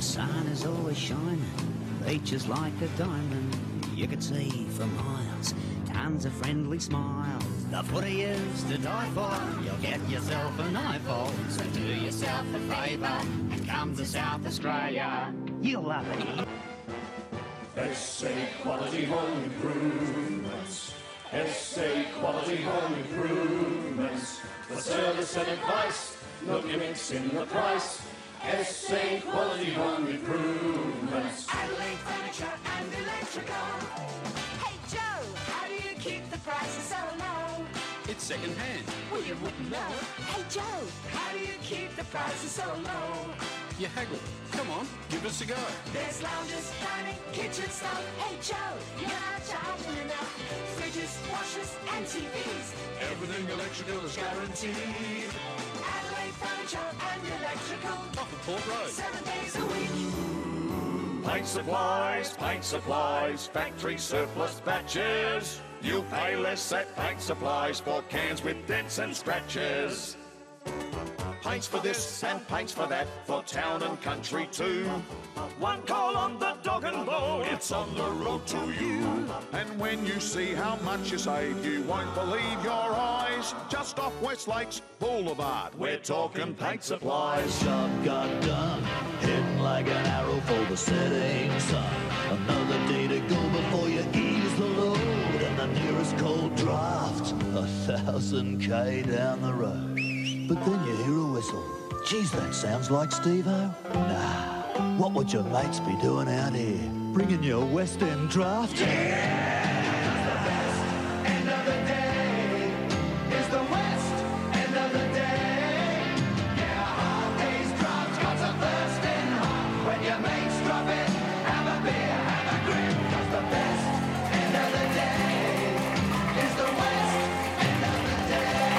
Sun is always shining, beaches like a diamond. You could see for miles, tons of friendly smiles. The footy is to die for. You'll get yourself an eyeball, so do yourself a favour and come to South Australia. You'll love it. here. SA Quality Home Improvements. SA Quality Home Improvements. For service and advice, no gimmicks in the price. SA Quality Home Improvements. Adelaide Furniture and Electrical. Hey Joe, how do you keep the prices so low? It's secondhand. Well, you wouldn't know. Hey Joe, how do you keep the prices so low? You haggle. Come on, give us a go. There's lounges, dining, kitchen stuff. Hey Joe, you're not charging enough. Fridges, washers, and TVs. Everything electrical is guaranteed. Adelaide Furniture and Electrical. Off of Port Road. Seven days a week. Paint supplies, paint supplies, factory surplus batches. You pay less at paint supplies for cans with dents and scratches. Paints for this and paints for that, for town and country too. One call on the dog and bone, it's on the road to you. And when you see how much you save, you won't believe your eyes. Just off West Lakes Boulevard, we're talking paint supplies. shot got done. Hit like an arrow for the setting sun. Another day to go before you ease the load. And the nearest cold draft, a thousand K down the road. But then you hear a whistle. Geez, that sounds like Steve-O. Nah, what would your mates be doing out here? Bringing your West End draft?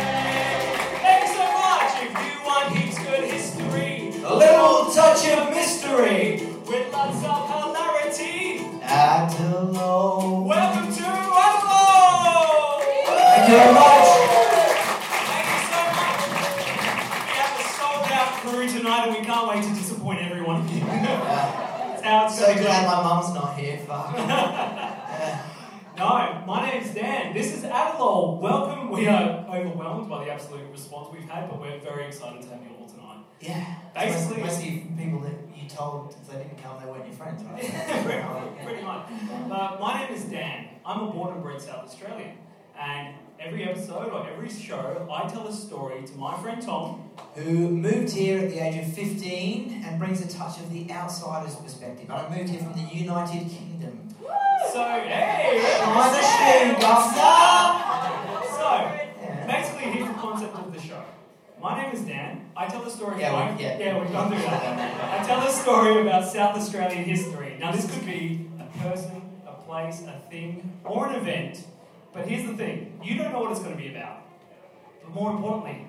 Thanks so much if you want heaps good history. A little touch of mystery with lots of hilarity. At hello. Welcome to Rumble! Thank you very much. Thank you so much. We have a sold out crew tonight and we can't wait to disappoint everyone of you. It's how it's So gonna glad go. my mum's not here. Fuck. No, my name's Dan. This is Adelol. Welcome. We are overwhelmed by the absolute response we've had, but we're very excited to have you all tonight. yeah. Basically- most, most of you people that you told if they didn't come, they weren't your friends, right? Pretty much. Uh, my name is Dan. I'm a born and bred South Australian. And every episode or every show, I tell a story to my friend Tom. Who moved here at the age of 15 and brings a touch of the outsider's perspective. I moved here from the United Kingdom. So, hey! I'm a shoebuster. So, basically, here's the concept of the show. My name is Dan. I tell a story. Yeah, about- we- yeah. yeah, we don't do that. I tell a story about South Australian history. Now, this could be a person, a place, a thing, or an event. But here's the thing: you don't know what it's going to be about. But more importantly,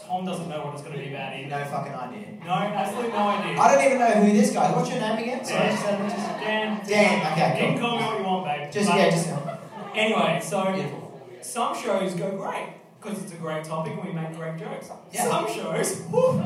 Tom doesn't know what it's going to be about either. No fucking idea. No, absolutely no idea. I don't even know who this guy is. What's your name again? Sorry, Dan. just, um, just, Dan, Dan, you okay, can cool. call me what you want, babe. Just, But yeah, just. Anyway, so Beautiful. some shows go great because it's a great topic and we make great jokes. Yeah. Some shows, woo,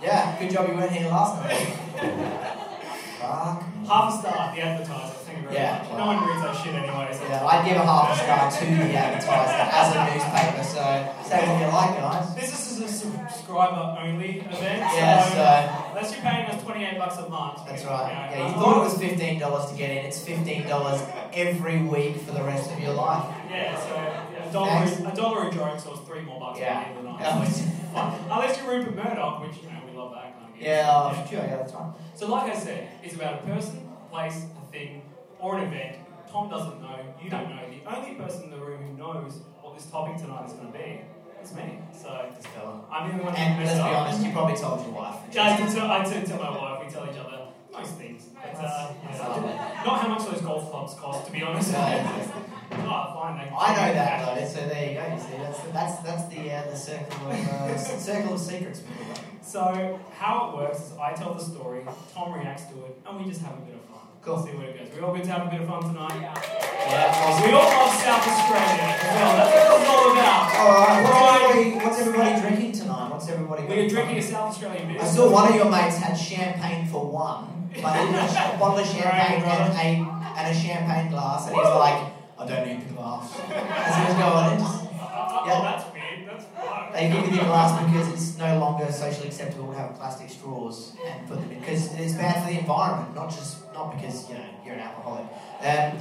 Yeah, good job you weren't here last night. Fuck. half a star. The advertiser. Thank you very Yeah. much. No one reads that shit anyway. So. Yeah, I'd give a half a star to the advertiser as a newspaper, so say what you like, guys. This is a subscriber only event. Yeah, so so unless you're paying us twenty-eight bucks a month. uh, that's you right. know, Yeah, you um, thought it was fifteen dollars to get in. It's fifteen dollars every week for the rest of your life. Yeah, so a dollar, a dollar a joke, so it's three more bucks Yeah. at the end of the Yeah, night. was- Unless you're Rupert Murdoch, which you know we love that kind of game. yeah, oh, sure, yeah, that's right. So, like I said, it's about a person, place, a thing, or an event. Tom doesn't know, you don't know. The only person in the room who knows what this topic tonight is going to be is me. So, This fella. I'm the only one who And let's messed be up. honest, you probably told your wife. Yeah, I did tell, I did tell my wife, we tell each other most things. But, uh, That's yeah. lovely. Not how much those golf clubs cost, to be honest. No. oh, fine, they I know that though, so there you go. You see, that's that's that's the uh, the circle of uh, circle of secrets. So how it works is I tell the story, Tom reacts to it, and we just have a bit of fun. Cool. See where it goes. We all good to have a bit of fun tonight. Yeah. We all love South Australia as well. That's what it's all about. All right. What's everybody, what's everybody drinking tonight? What's once everybody got We are drunk. drinking a South Australian beer. I saw one of your mates had champagne for one, but it was a bottle of champagne and a, and a champagne glass, and he was like, I don't need the glass. As he was going, and just, Oh, Yeah. that's weird. That's fucked. they give you the glass because it's no longer socially acceptable to have plastic straws and put them in, because it's bad for the environment, not just, not because, you know, you're an alcoholic. Um,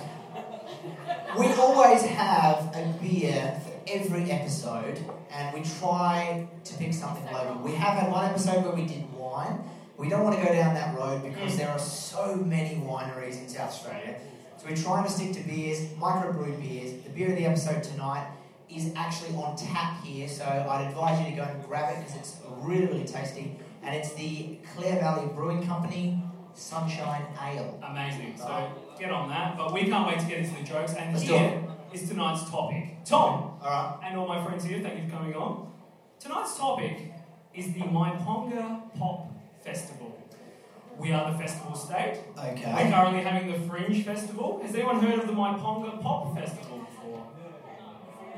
we always have a beer for every episode, and we try to pick something local. We have had one episode where we did wine. We don't want to go down that road because there are so many wineries in South Australia. So we're trying to stick to beers, microbrewed beers. The beer of the episode tonight is actually on tap here, so I'd advise you to go and grab it because it's really, really tasty. And it's the Clare Valley Brewing Company Sunshine Ale. Amazing. So get on that. But we can't wait to get into the jokes. And Let's do here is tonight's topic. Tom All right. and all my friends here, thank you for coming on. Tonight's topic is the Myponga Pop Festival. We are the festival state. We're Okay. currently having the Fringe Festival. Has anyone heard of the Myponga Pop Festival before?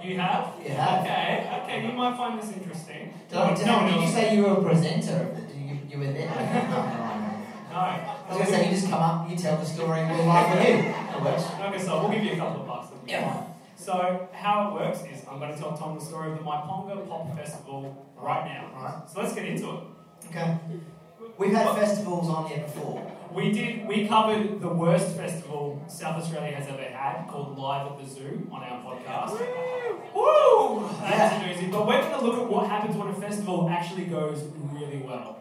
You have? Yeah. Okay, okay, you might find this interesting. Did, no one did you else- say you were a presenter? of it? Did You, you were there? I No. I was going to say, you just come up, you tell the story, and we'll laugh at you. It works. Okay, so we'll give you a couple of bucks. if you Yeah. want. So how it works is I'm going to tell Tom the story of the Myponga Pop Festival right now. Alright. So let's get into it. Okay. We've had festivals on here before. We did. We covered the worst festival South Australia has ever had, called Live at the Zoo, on our podcast. Woo! Woo! That's a doozy. But we're going to look at what happens when a festival actually goes really well.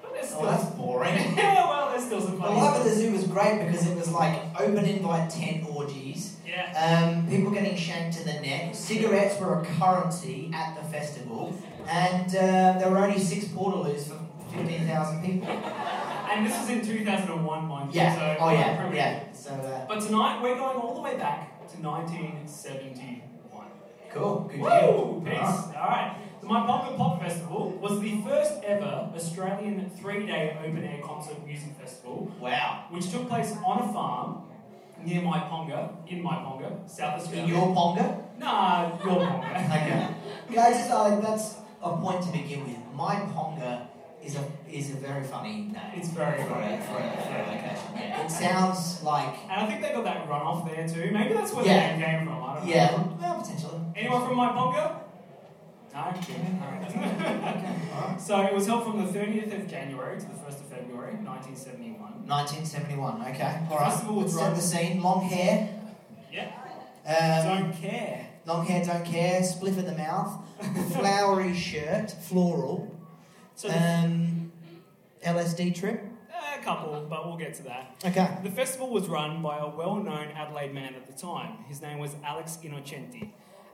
But there's still, Oh, that's boring. yeah, well, there's still some The funny. life at stuff. the zoo was great because it was like open invite tent orgies, yeah. um, people getting shanked in the neck, cigarettes were a currency at the festival, and uh, there were only six portaloos for 15,000 people. And this was in 2001, mind you. Yeah, So oh yeah, pretty- yeah. So, uh, But tonight we're going all the way back to 1971. cool, good deal. Woo! Peace. All right. The My Pop Pop Festival was the first ever Australian three-day open-air concert music festival, Wow. which took place on a farm near Myponga, in Myponga, South In Australia. your ponga? Nah, your Ponga. Okay. Guys, it's like, that's a point to begin with. My ponga is a is a very funny name. It's very for funny. a, for a, for a location. Yeah. It sounds like And I think they got that runoff there too. Maybe that's where Yeah. the name came from. I don't know. yeah, well, potentially. Anyone from Myponga? No. All right. so it was held from the 30th of January to the 1st of February, 1971. 1971. Okay. All Festival right. was Let's set run- the scene. Long hair. Yeah. Um, Don't care. long hair, don't care. Spliff in the mouth. Flowery shirt. Floral. So the Um, LSD trip. A couple, but we'll get to that. Okay. The festival was run by a well known Adelaide man at the time. His name was Alex Innocenti,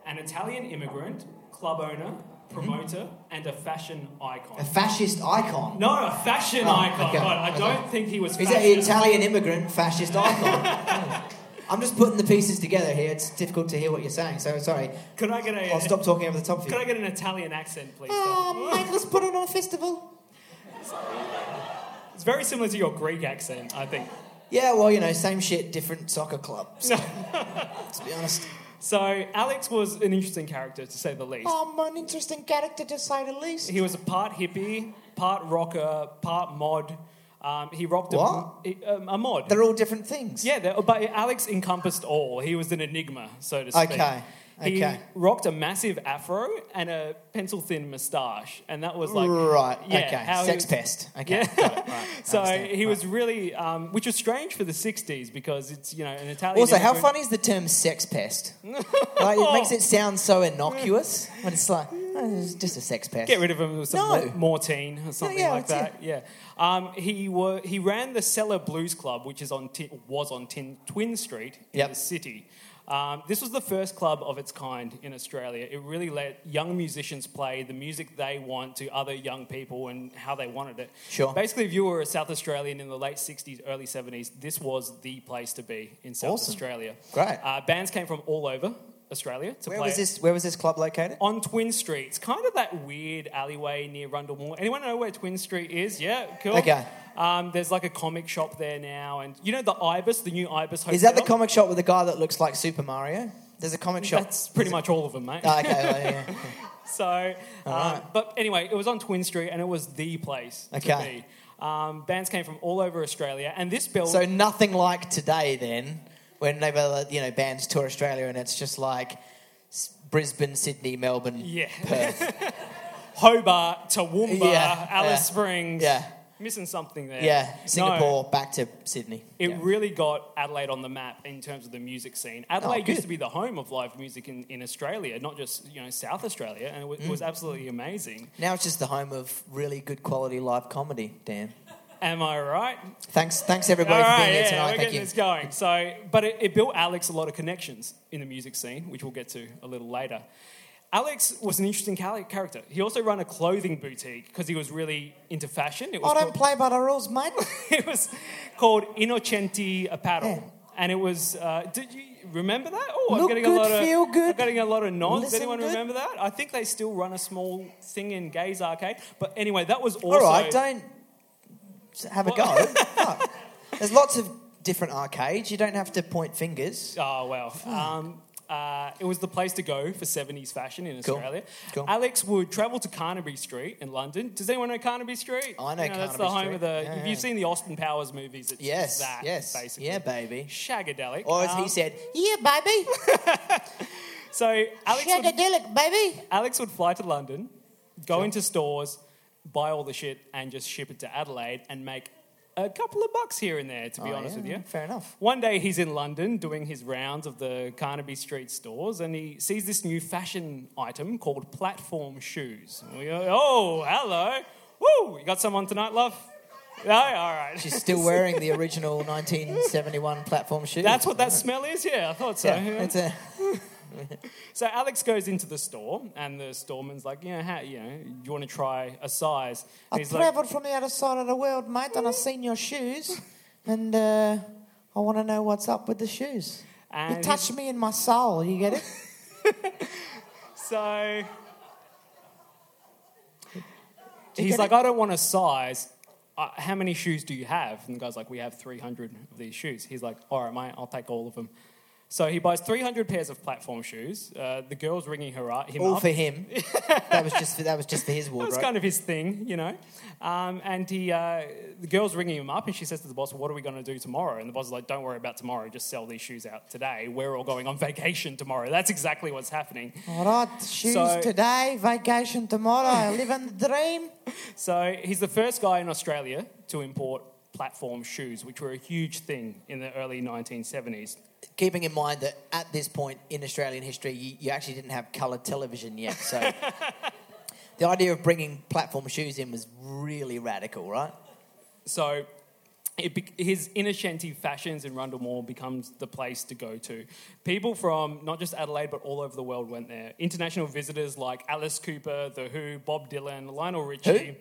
an Italian immigrant, club owner, promoter, and a fashion Mm-hmm. A icon. fascist icon. No, a fashion Oh, icon. okay, God, I okay. don't think he was He's fashion. an Italian immigrant fascist icon. I'm just putting the pieces together here. It's difficult to hear what you're saying, so sorry. Could I get a? I'll Oh, stop talking over the top of Could I you. get an Italian accent, please? Oh, Tom? mate, let's put it on a festival. It's very similar to your Greek accent, I think. Yeah, well, you know, same shit, different soccer clubs. No. to be honest. So Alex was an interesting character, to say the least. I'm an interesting character to say the least. He was a part hippie, part rocker, part mod. Um, he rocked a- What? he- um, a mod. They're all different things. Yeah, that- but Alex encompassed all. He was an enigma, so to speak. Okay, He okay. rocked a massive afro and a pencil thin moustache, and that was like right. yeah, how okay. he Sex was- pest. Okay. Yeah. Got it. Right. I So understand. he Right. was really, um, which was strange for the '60s because it's you know an Italian. Also, how immigrant- funny is the term sex pest? like, it makes it sound so innocuous, but it's like, oh, it's just a sex pest. Get rid of him with some No. no. Mortine or something yeah, like that's that. Yeah. Um, he were, he ran the Cellar Blues Club, which is on Tin was on Tin, Twin Street in Yep. the city. Um, this was the first club of its kind in Australia. It really let young musicians play the music they want to other young people and how they wanted it. Sure. Basically, if you were a South Australian in the late 60s, early 70s, this was the place to be in South Awesome. Australia. Great. Uh, bands came from all over Australia to Where play. was this? Where was this club located? on Twin Street. It's kind of that weird alleyway near Rundle Mall. Anyone know where Twin Street is? Yeah, cool. Okay. Um, there's like a comic shop there now, and you know the Ibis, the new Ibis hotel. Is that the comic shop with the guy that looks like Super Mario? There's a comic shop. That's pretty much all of them, mate. Oh, okay. well, yeah. So, um, Alright. but anyway, it was on Twin Street, and it was the place Okay. to be. Um, bands came from all over Australia, and this building. So nothing like today then, when they were, you know, bands tour Australia and it's just like S- Brisbane, Sydney, Melbourne, Yeah. Perth. Hobart, Toowoomba, Yeah, Alice yeah, Springs. yeah. Missing something there. yeah, No, Singapore back to Sydney. it Yeah. Oh, really got Adelaide on the map in terms of the music scene. Adelaide good. used to be the home of live music in, in Australia, not just you know South Australia, and it was, it Mm. was absolutely amazing. now it's just the home of really good quality live comedy, Dan. Am I right? Thanks, thanks everybody for being here yeah, tonight. we're Thank getting you. this going. So, but it, it built Alex a lot of connections in the music scene, which we'll get to a little later. Alex was an interesting cal- character. He also ran a clothing boutique because he was really into fashion. It was I don't called- play by the rules, mate. it was called Innocenti Apparel. Yeah. And it was, uh, did you remember that? Oh, Eh. Look good, lot of, feel good, I'm getting a lot of nods. Does listen anyone good. remember that? I think they still run a small thing in Gays Arcade. But anyway, that was also. All right, don't have a go. Fuck. There's lots of different arcades. You don't have to point fingers. Oh, wow. Um, uh, it was the place to go for 70s fashion in Cool. Australia. Cool. Alex would travel to Carnaby Street in London. Does anyone know Carnaby Street? I know You That's the Carnaby home Street. of the. Yeah, if yeah. you've seen the Austin Powers movies, it's Yes, that, yes, basically. yeah, baby. Shagadelic. Or as Um, he said, yeah, baby, So Alex would shagadelic, baby. Alex would fly to London, go into stores, buy all the shit, and just ship it to Adelaide and make a couple of bucks here and there, to be Oh, honest yeah, with you. fair enough. One day he's in London doing his rounds of the Carnaby Street stores and he sees this new fashion item called platform shoes. And we go, oh, hello. Woo! You got someone tonight, love? No? All right. She's still wearing the original 1971 platform shoes. That's what that smell is? Yeah, I thought so. Yeah, Yeah. it's a- So Alex goes into the store, and the storeman's like, you know, how, you know, do you want to try a size? And I he's like, travelled from the other side of the world, mate, and I've seen your shoes, and uh, I want to know what's up with the shoes. And you touched me in my soul. You get it? so you he's get like, it? I don't want a size. Uh, how many shoes do you have? And the guy's like, we have 300 of these shoes. He's like, all right, mate, I'll take all of them. So he buys 300 pairs of platform shoes. Uh, the girl's ringing her up. Him All up. for him. that was just for, that was just for his That wardrobe. was kind of his thing, you know. Um, and he, uh, the girl's ringing him up, and she says to the boss, "What are we going to do tomorrow?" And the boss is like, "Don't worry about tomorrow. Just sell these shoes out today. We're all going on vacation tomorrow." That's exactly what's happening. All right, shoes So- today, vacation tomorrow. I live in the dream. So he's the first guy in Australia to import platform shoes, which were a huge thing in the early 1970s. Keeping in mind that at this point in Australian history, you, you actually didn't have coloured television yet, so the idea of bringing platform shoes in was really radical, right? So it be- his Innocenti Fashions in Rundle Mall becomes the place to go to. People from not just Adelaide but all over the world went there. International visitors like Alice Cooper, The Who, Bob Dylan, Lionel Richie.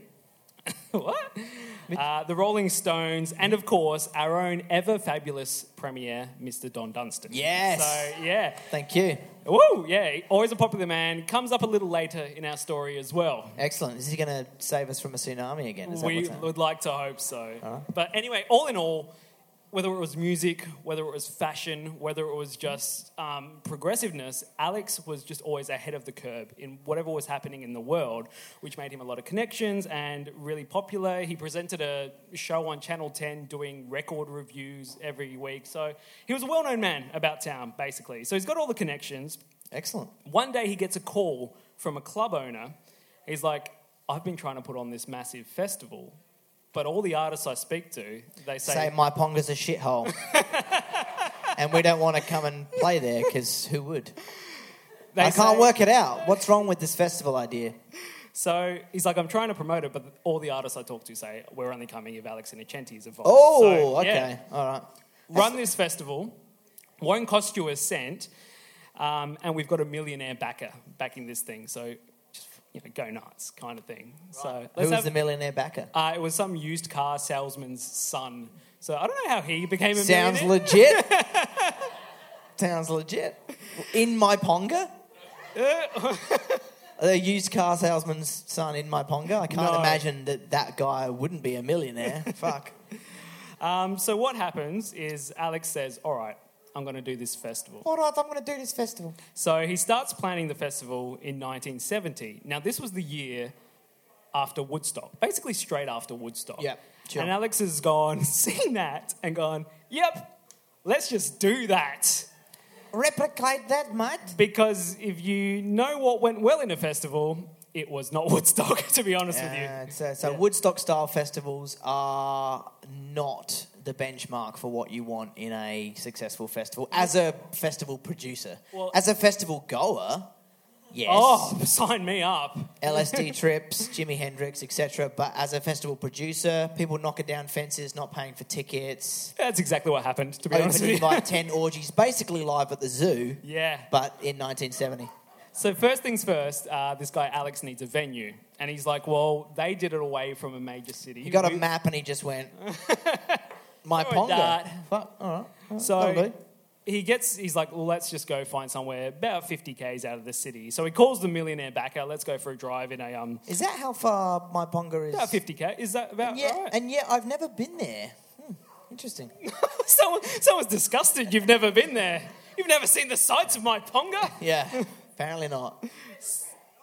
what? Uh, the Rolling Stones, and of course, our own ever fabulous premier, Mr. Don Dunstan. Yes. So, yeah. Thank you. Woo, yeah. Always a popular man. Comes up a little later in our story as well. Excellent. Is he going to save us from a tsunami again? Is that We what's happening? would like to hope so. But anyway, all in all, whether it was music, whether it was fashion, whether it was just um, progressiveness, Alex was just always ahead of the curb in whatever was happening in the world, which made him a lot of connections and really popular. He presented a show on Channel 10 doing record reviews every week. So he was a well known man about town, basically. So he's got all the connections. Excellent. One day he gets a call from a club owner. He's like, I've been trying to put on this massive festival, but all the artists I speak to, they say, Say my ponga's a shithole. and we don't want to come and play there because who would? they I can't say- work it out. What's wrong with this festival idea? So he's like, I'm trying to promote it, but all the artists I talk to say, we're only coming if Alex Innocenti is involved. Oh, So, okay. yeah. All right. Run this festival, won't cost you a cent, um, and we've got a millionaire backer backing this thing. So just, you know, go nuts kind of thing. So Who let's was have- the millionaire backer? Uh, it was some used car salesman's son. So I don't know how he became a Sounds millionaire. legit. Sounds legit. In my ponga? Uh. the used car salesman's son in my ponga? I can't No. imagine that that guy wouldn't be a millionaire. Fuck. Um, so what happens is Alex says, "All right, I'm going to do this festival. All right, I'm going to do this festival. So he starts planning the festival in 1970. Now, this was the year after Woodstock, basically straight after Woodstock. Yep, sure. And Alex has gone, seen that, and gone, yep, let's just do that. Replicate that, mate. Because if you know what went well in a festival, it was not Woodstock, to be honest Uh, with you. so so Woodstock style festivals are not the benchmark for what you want in a successful festival as a festival producer. Well- as a festival goer, yes. Oh, sign me up. LSD trips, Jimi Hendrix, etc. But as a festival producer, people knocking down fences, not paying for tickets, That's exactly what happened, to be honest with opening you. like 10 orgies, basically live at the zoo, yeah. but in 1970. So first things first, uh, this guy Alex needs a venue, and he's like, "Well, they did it away from a major city." He got a We- map and he just went, my Sorry, pongo. Dad. Fuck, all right. That'll So do. he gets, he's like, well, let's just go find somewhere about 50 Ks out of the city. So he calls the millionaire backer, let's go for a drive in a, um, Is that how far my pongo is? about 50 K. Is that about Yeah, right? and yet I've never been there. Hmm, interesting. Someone, someone's disgusted you've never been there. You've never seen the sights of my Ponga? Yeah, apparently not.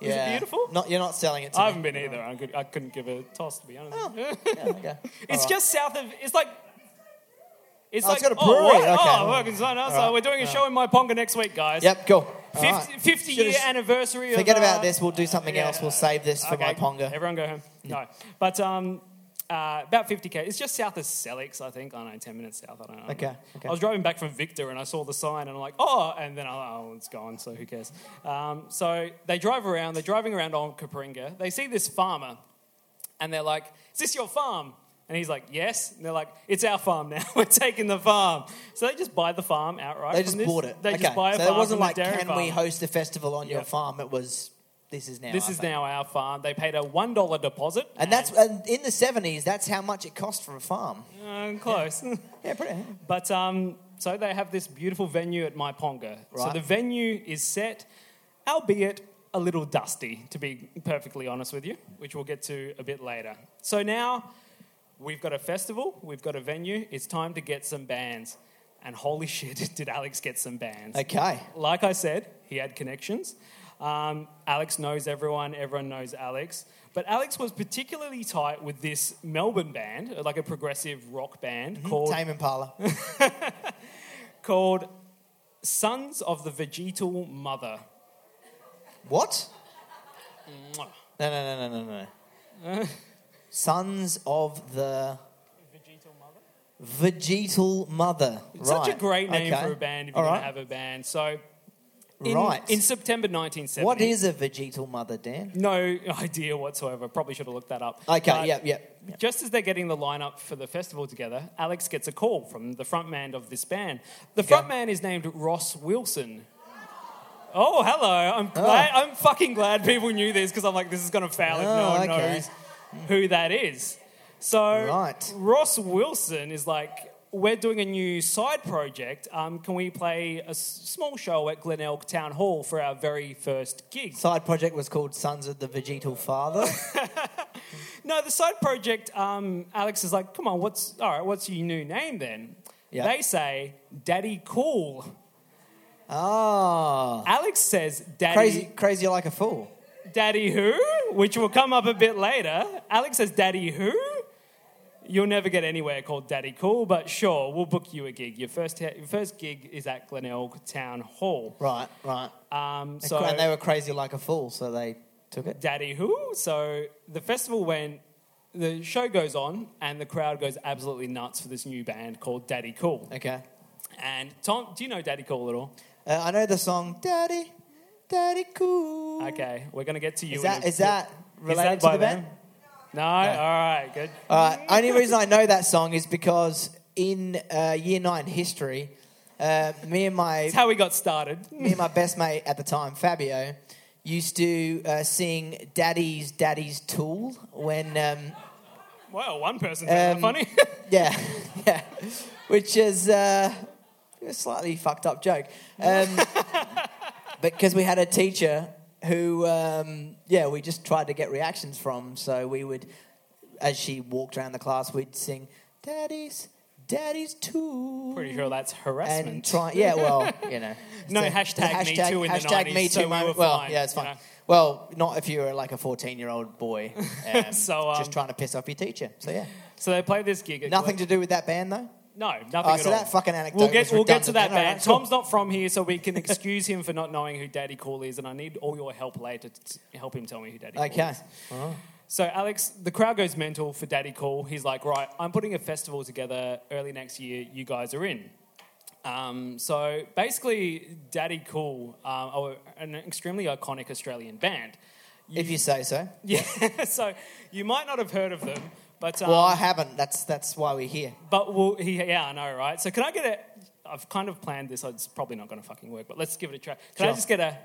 Yeah. beautiful? Not, you're not selling it to I haven't me. been either. I, could, I couldn't give a toss, to be honest. Oh. Yeah, okay. It's All right. just south of. It's like. It's Oh, like it's got a brewery, Oh, okay. oh, well, it's not us. All right. So we're doing a show in my Ponga next week, guys. Yep, cool. All 50, right. 50 year Should've- anniversary. of, Forget uh, about this. We'll do something yeah. else. We'll save this for my ponga. Everyone go home. No, but um, uh, about 50k. It's just south of Selix, I think. I don't know, 10 minutes south. I don't know. Okay, okay. I was driving back from Victor and I saw the sign and I'm like, oh, and then I oh, it's gone. So who cares? Um, so they drive around. They're driving around on Kapringa. They see this farmer, and they're like, is this your farm? And he's like, yes. And they're like, it's our farm now. We're taking the farm. So they just buy the farm outright. They from just this- bought it. They okay. just buy a so farm. it from wasn't the like, dairy can farm. we host a festival on your Yeah. farm? It was, this is now. This our is farm. now our farm. They paid a one dollar deposit, And that's and in the 70s, that's how much it cost for a farm. Uh, close. Yeah, pretty. But um, so they have this beautiful venue at My Ponga. So Right. the venue is set, albeit a little dusty, to be perfectly honest with you, which we'll get to a bit later. So now we've got a festival, we've got a venue, it's time to get some bands. And holy shit, did Alex get some bands. Okay. Like I said, he had connections. Um, Alex knows everyone, everyone knows Alex. But Alex was particularly tight with this Melbourne band, like a progressive rock band called Mm-hmm. Tame Impala. called Sons of the Vegetal Mother. what? No, no, no, no, no, no. Sons of the Vegetal Mother? Vegetal Mother. Such a Right. great name Okay. for a band if you're All going right. to have a band. So, in, right. in September 1970. what is a vegetal mother, Dan? No idea whatsoever. Probably should have looked that up. Okay, But yep, yep. yep. Just as they're getting the lineup for the festival together, Alex gets a call from the frontman of this band. The frontman is named Ross Wilson. Oh, hello. I'm glad. I'm fucking glad people knew this because I'm like, this is going to fail if no Oh, one okay. knows who that is. So Right. Ross Wilson is like, we're doing a new side project. Um, can we play a s- small show at Glenelg Town Hall for our very first gig? Side project was called Sons of the Vegetal Father. No, the side project. Um, Alex is like, come on, what's all right? What's your new name then? Yeah. They say Daddy Cool. Ah, Alex says Daddy crazy, crazy like a fool. Daddy Who, which will come up a bit later. Alex says Daddy Who. You'll never get anywhere called Daddy Cool, but sure, we'll book you a gig. Your first your first gig is at Glenelg Town Hall. Right, right. Um, so and they were crazy like a fool, so they took it. Daddy Who. So the festival went, the show goes on, and the crowd goes absolutely nuts for this new band called Daddy Cool. Okay. And Tom, do you know Daddy Cool at all? Uh, I know the song Daddy, Daddy Cool. Okay, we're gonna get to you. Is in that, a is that related by to the them? band? No. All right. Good. Uh, only reason I know that song is because in uh, year nine history, uh, me and my That's how we got started. me and my best mate at the time, Fabio, used to uh, sing "Daddy's Daddy's Tool" when, um, Well, one person found Um, that funny. yeah, yeah, which is uh, a slightly fucked up joke, um, because we had a teacher who, um, yeah, we just tried to get reactions from, so we would, as she walked around the class, we'd sing "Daddy's daddy's too. Pretty sure that's harassment. and try. Yeah, well, you know. it's No, the- hashtag the Me Too in the hashtag 90s, Me Too so we moment. were well, fine, yeah, it's you fine. know. Well, not if you're like a 14 year old boy, um, So, um, just trying to piss off your teacher. So yeah, so they played this gig. At nothing to do with that band though. No, nothing Oh, at so all. that fucking anecdote We'll get was we'll get to that redundant. No, no, bad. that's cool. Tom's not from here, so we can excuse him for not knowing who Daddy Cool is, and I need all your help later to t- help him tell me who Daddy Cool Okay. is. So Alex, the crowd goes mental for Daddy Cool. He's like, right, I'm putting a festival together early next year. You guys are in. Um, so basically, Daddy Cool um, are an extremely iconic Australian band. If you say so. Yeah. so you might not have heard of them, but um, Well, I haven't. That's that's why we're here. but we'll, he, yeah, I know, right? So can I get a? I've kind of planned this. It's probably not going to fucking work, but let's give it a try. Can I Sure. just get a?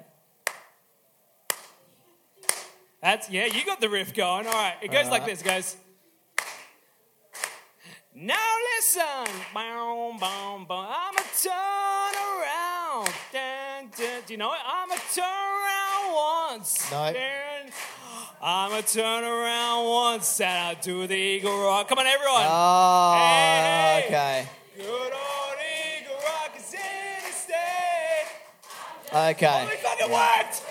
That's yeah. You got the riff going. All right. It goes like this. It goes. Now listen, boom, boom, boom. I'm a turnaround. Dun, dun. Do you know it? I'm a turnaround once. No. Dun. I'm a turnaround once, and I do the Eagle Rock. Come on, everyone. Oh, Hey, hey. okay, Good old Eagle Rock is in the state. okay. Holy fucking Yeah. worked!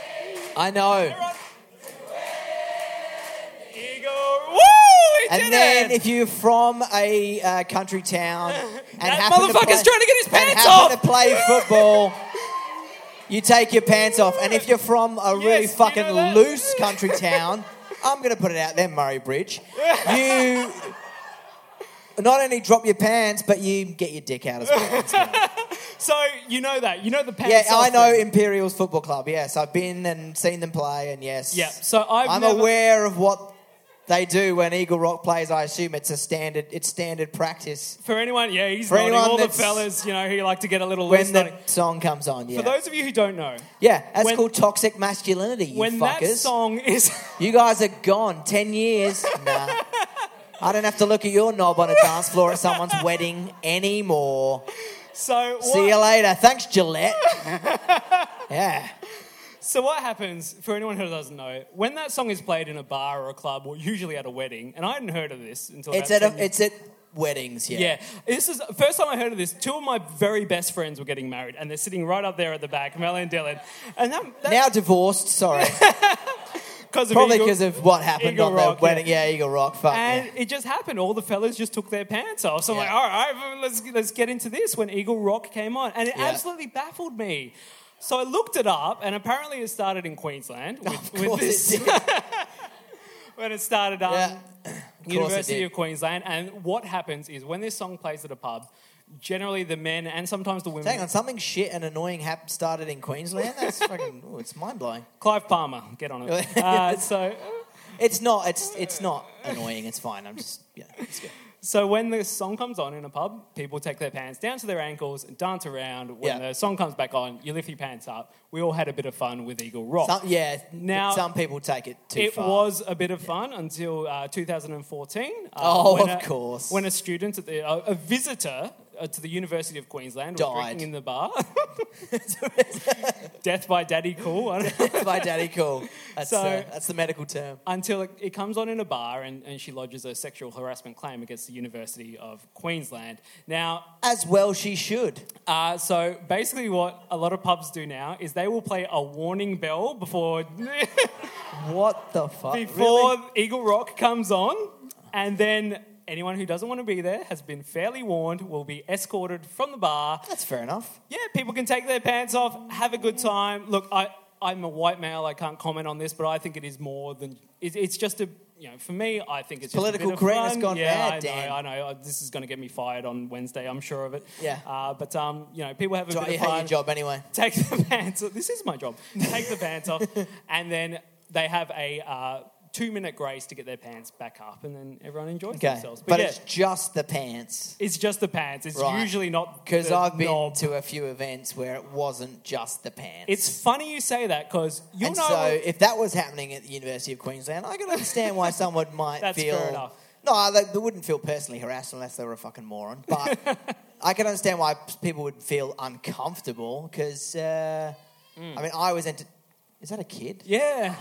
I know. Everyone. Eagle, woo! He did And then, it! if you're from a uh, country town and That happen to motherfucker's play, trying to get his and pants happen off. to play football, you take your pants off. And if you're from a really Yes, you fucking know that. loose country town, I'm going to put it out there, Murray Bridge. You not only drop your pants, but you get your dick out as well. so you know that. You know the pants. yeah, I off know thing. Imperials Football Club. Yes, I've been and seen them play, and yes, Yeah, so I've I'm never- aware of what they do when Eagle Rock plays. I assume it's a standard. It's standard practice For anyone, yeah, he's For nodding. anyone All the that's- fellas, you know, who like to get a little loose. when the nodding. song comes on. Yeah, For those of you who don't know, yeah, that's when- called toxic masculinity. You when fuckers, that song is, you guys are gone. Ten years. nah. I don't have to look at your knob on a dance floor at someone's wedding anymore. so what, See you later. Thanks, Gillette. yeah. So what happens for anyone who doesn't know? When that song is played in a bar or a club, or usually at a wedding, and I hadn't heard of this until It's at about a, 10 years- it's at weddings, yeah. yeah. This is first time I heard of this. Two of my very best friends were getting married, and they're sitting right up there at the back, Mel and Dylan, and that, that Now divorced, sorry. because of Probably Eagle- because of what happened Eagle on Rock, the wedding. Yeah, Eagle Rock. Fuck. And yeah. it just happened. All the fellas just took their pants off. So I'm Yeah. like, all right, let's, let's get into this when Eagle Rock came on. And it Yeah. absolutely baffled me. So I looked it up, and apparently it started in Queensland with, Of with course it this. um, did. when it started on Yeah. University did. of Queensland. And what happens is when this song plays at a pub, generally the men and sometimes the women. Hang on, something shit and annoying happened started in Queensland. That's fucking. Ooh, it's mind blowing. Clive Palmer, get on it. uh, so, It's not. It's it's not annoying. It's fine. I'm just. Yeah. It's good. so when the song comes on in a pub, people take their pants down to their ankles and dance around. When Yeah. the song comes back on, you lift your pants up. We all had a bit of fun with Eagle Rock. Some, yeah. Oh. Now- some people take it too it far. was a bit of fun until uh, 2014. Uh, Oh, when of a- course. When a student, at the, uh, a visitor uh, to the University of Queensland, was Died. drinking in the bar. Death by Daddy Cool. I don't know. That's my daddy cool. That's So- uh, that's the medical term. Until it, it comes on in a bar and, and she lodges a sexual harassment claim against the University of Queensland. Now, As well, she should. uh, so basically, what a lot of pubs do now is they will play a warning bell before. What the fuck? before Really? Eagle Rock comes on, and then anyone who doesn't want to be there has been fairly warned will be escorted from the bar. That's fair enough. Yeah, people can take their pants off, have a good time. Look, I, I'm a white male, I can't comment on this, but I think it is more than it, it's just a. You know, for me, I think it's just a Political bit of correctness fun. gone yeah, mad, I Dan. know, I know. Uh, This is going to get me fired on Wednesday. I'm sure of it. Yeah. Uh, but um, you know, people have a So bit you of fun hate your job anyway. take the pants off. This is my job. Take the pants off, and then they have a uh, two minute grace to get their pants back up, and then everyone enjoys Okay. themselves. But, But yeah, it's it's, just the pants. just the pants. It's Right. usually not Because the I've been knob. to a few events where it wasn't just the pants. It's funny you say that because you'll and know. so if that was happening at the University of Queensland, I can understand why someone might That's feel. fair enough. No, they, they wouldn't feel personally harassed unless they were a fucking moron. But I can understand why people would feel uncomfortable because uh, Mm. I mean I was into. Is that a kid? yeah.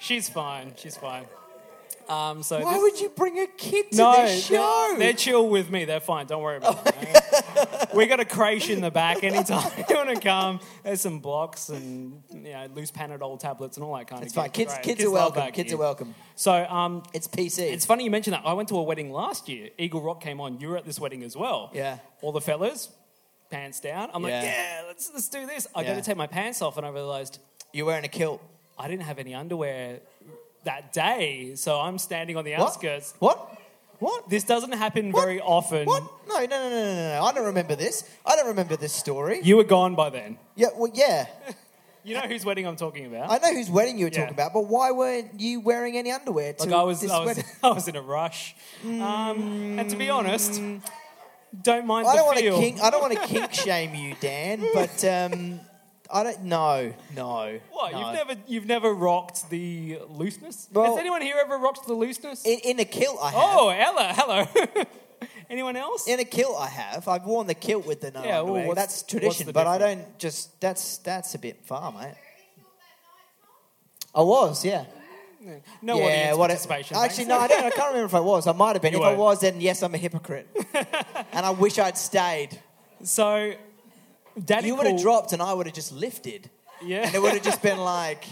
She's fine. She's fine. Um, so Why this- would you bring a kid to no, this show? They're, they're chill with me. They're fine. Don't worry about it. man. we got a crèche in the back anytime you want to come. There's some blocks and you know, loose Panadol tablets and all that kind it's of fine. Kids, Great. kids, are love welcome. that Kids kid. are welcome. So um, It's PC. it's funny you mentioned that. I went to a wedding last year. Eagle Rock came on. You were at this wedding as well. Yeah. All the fellas, pants down. I'm Yeah. like, yeah, let's let's do this. I got Yeah. to take my pants off, and I realized You're wearing a kilt. I didn't have any underwear that day. So I'm standing on the What? outskirts. What? What? This doesn't happen What? very often. What? No, no, no, no, no, no. I don't remember this. I don't remember this story. You were gone by then. yeah, well, yeah. You know whose wedding I'm talking about. I know whose wedding you were Yeah. talking about, but why weren't you wearing any underwear to like I was, this I was, wedding? I was in a rush. Um, and to be honest, don't mind I the don't want to feel. kink. I don't want to kink shame you, Dan. But um, I don't. No, no. What no. you've never you've never rocked the looseness? Well- Has anyone here ever rocked the looseness? in, in a kilt. I have. oh, Ella, hello. anyone else? In a kilt, I have. I've worn the kilt with the no Yeah, well, underwear. what's- that's what's tradition, the but I difference? don't just. That's that's a bit far, mate. I was, yeah. no yeah, audience what it- participation. Actually, no, thanks. I don't. I can't remember if I was. I might have been. You if I weren't. was, then yes, I'm a hypocrite, and I wish I'd stayed. So, Daddy, You would have Cool- dropped, and I would have just lifted, and it Yeah. would have just been like.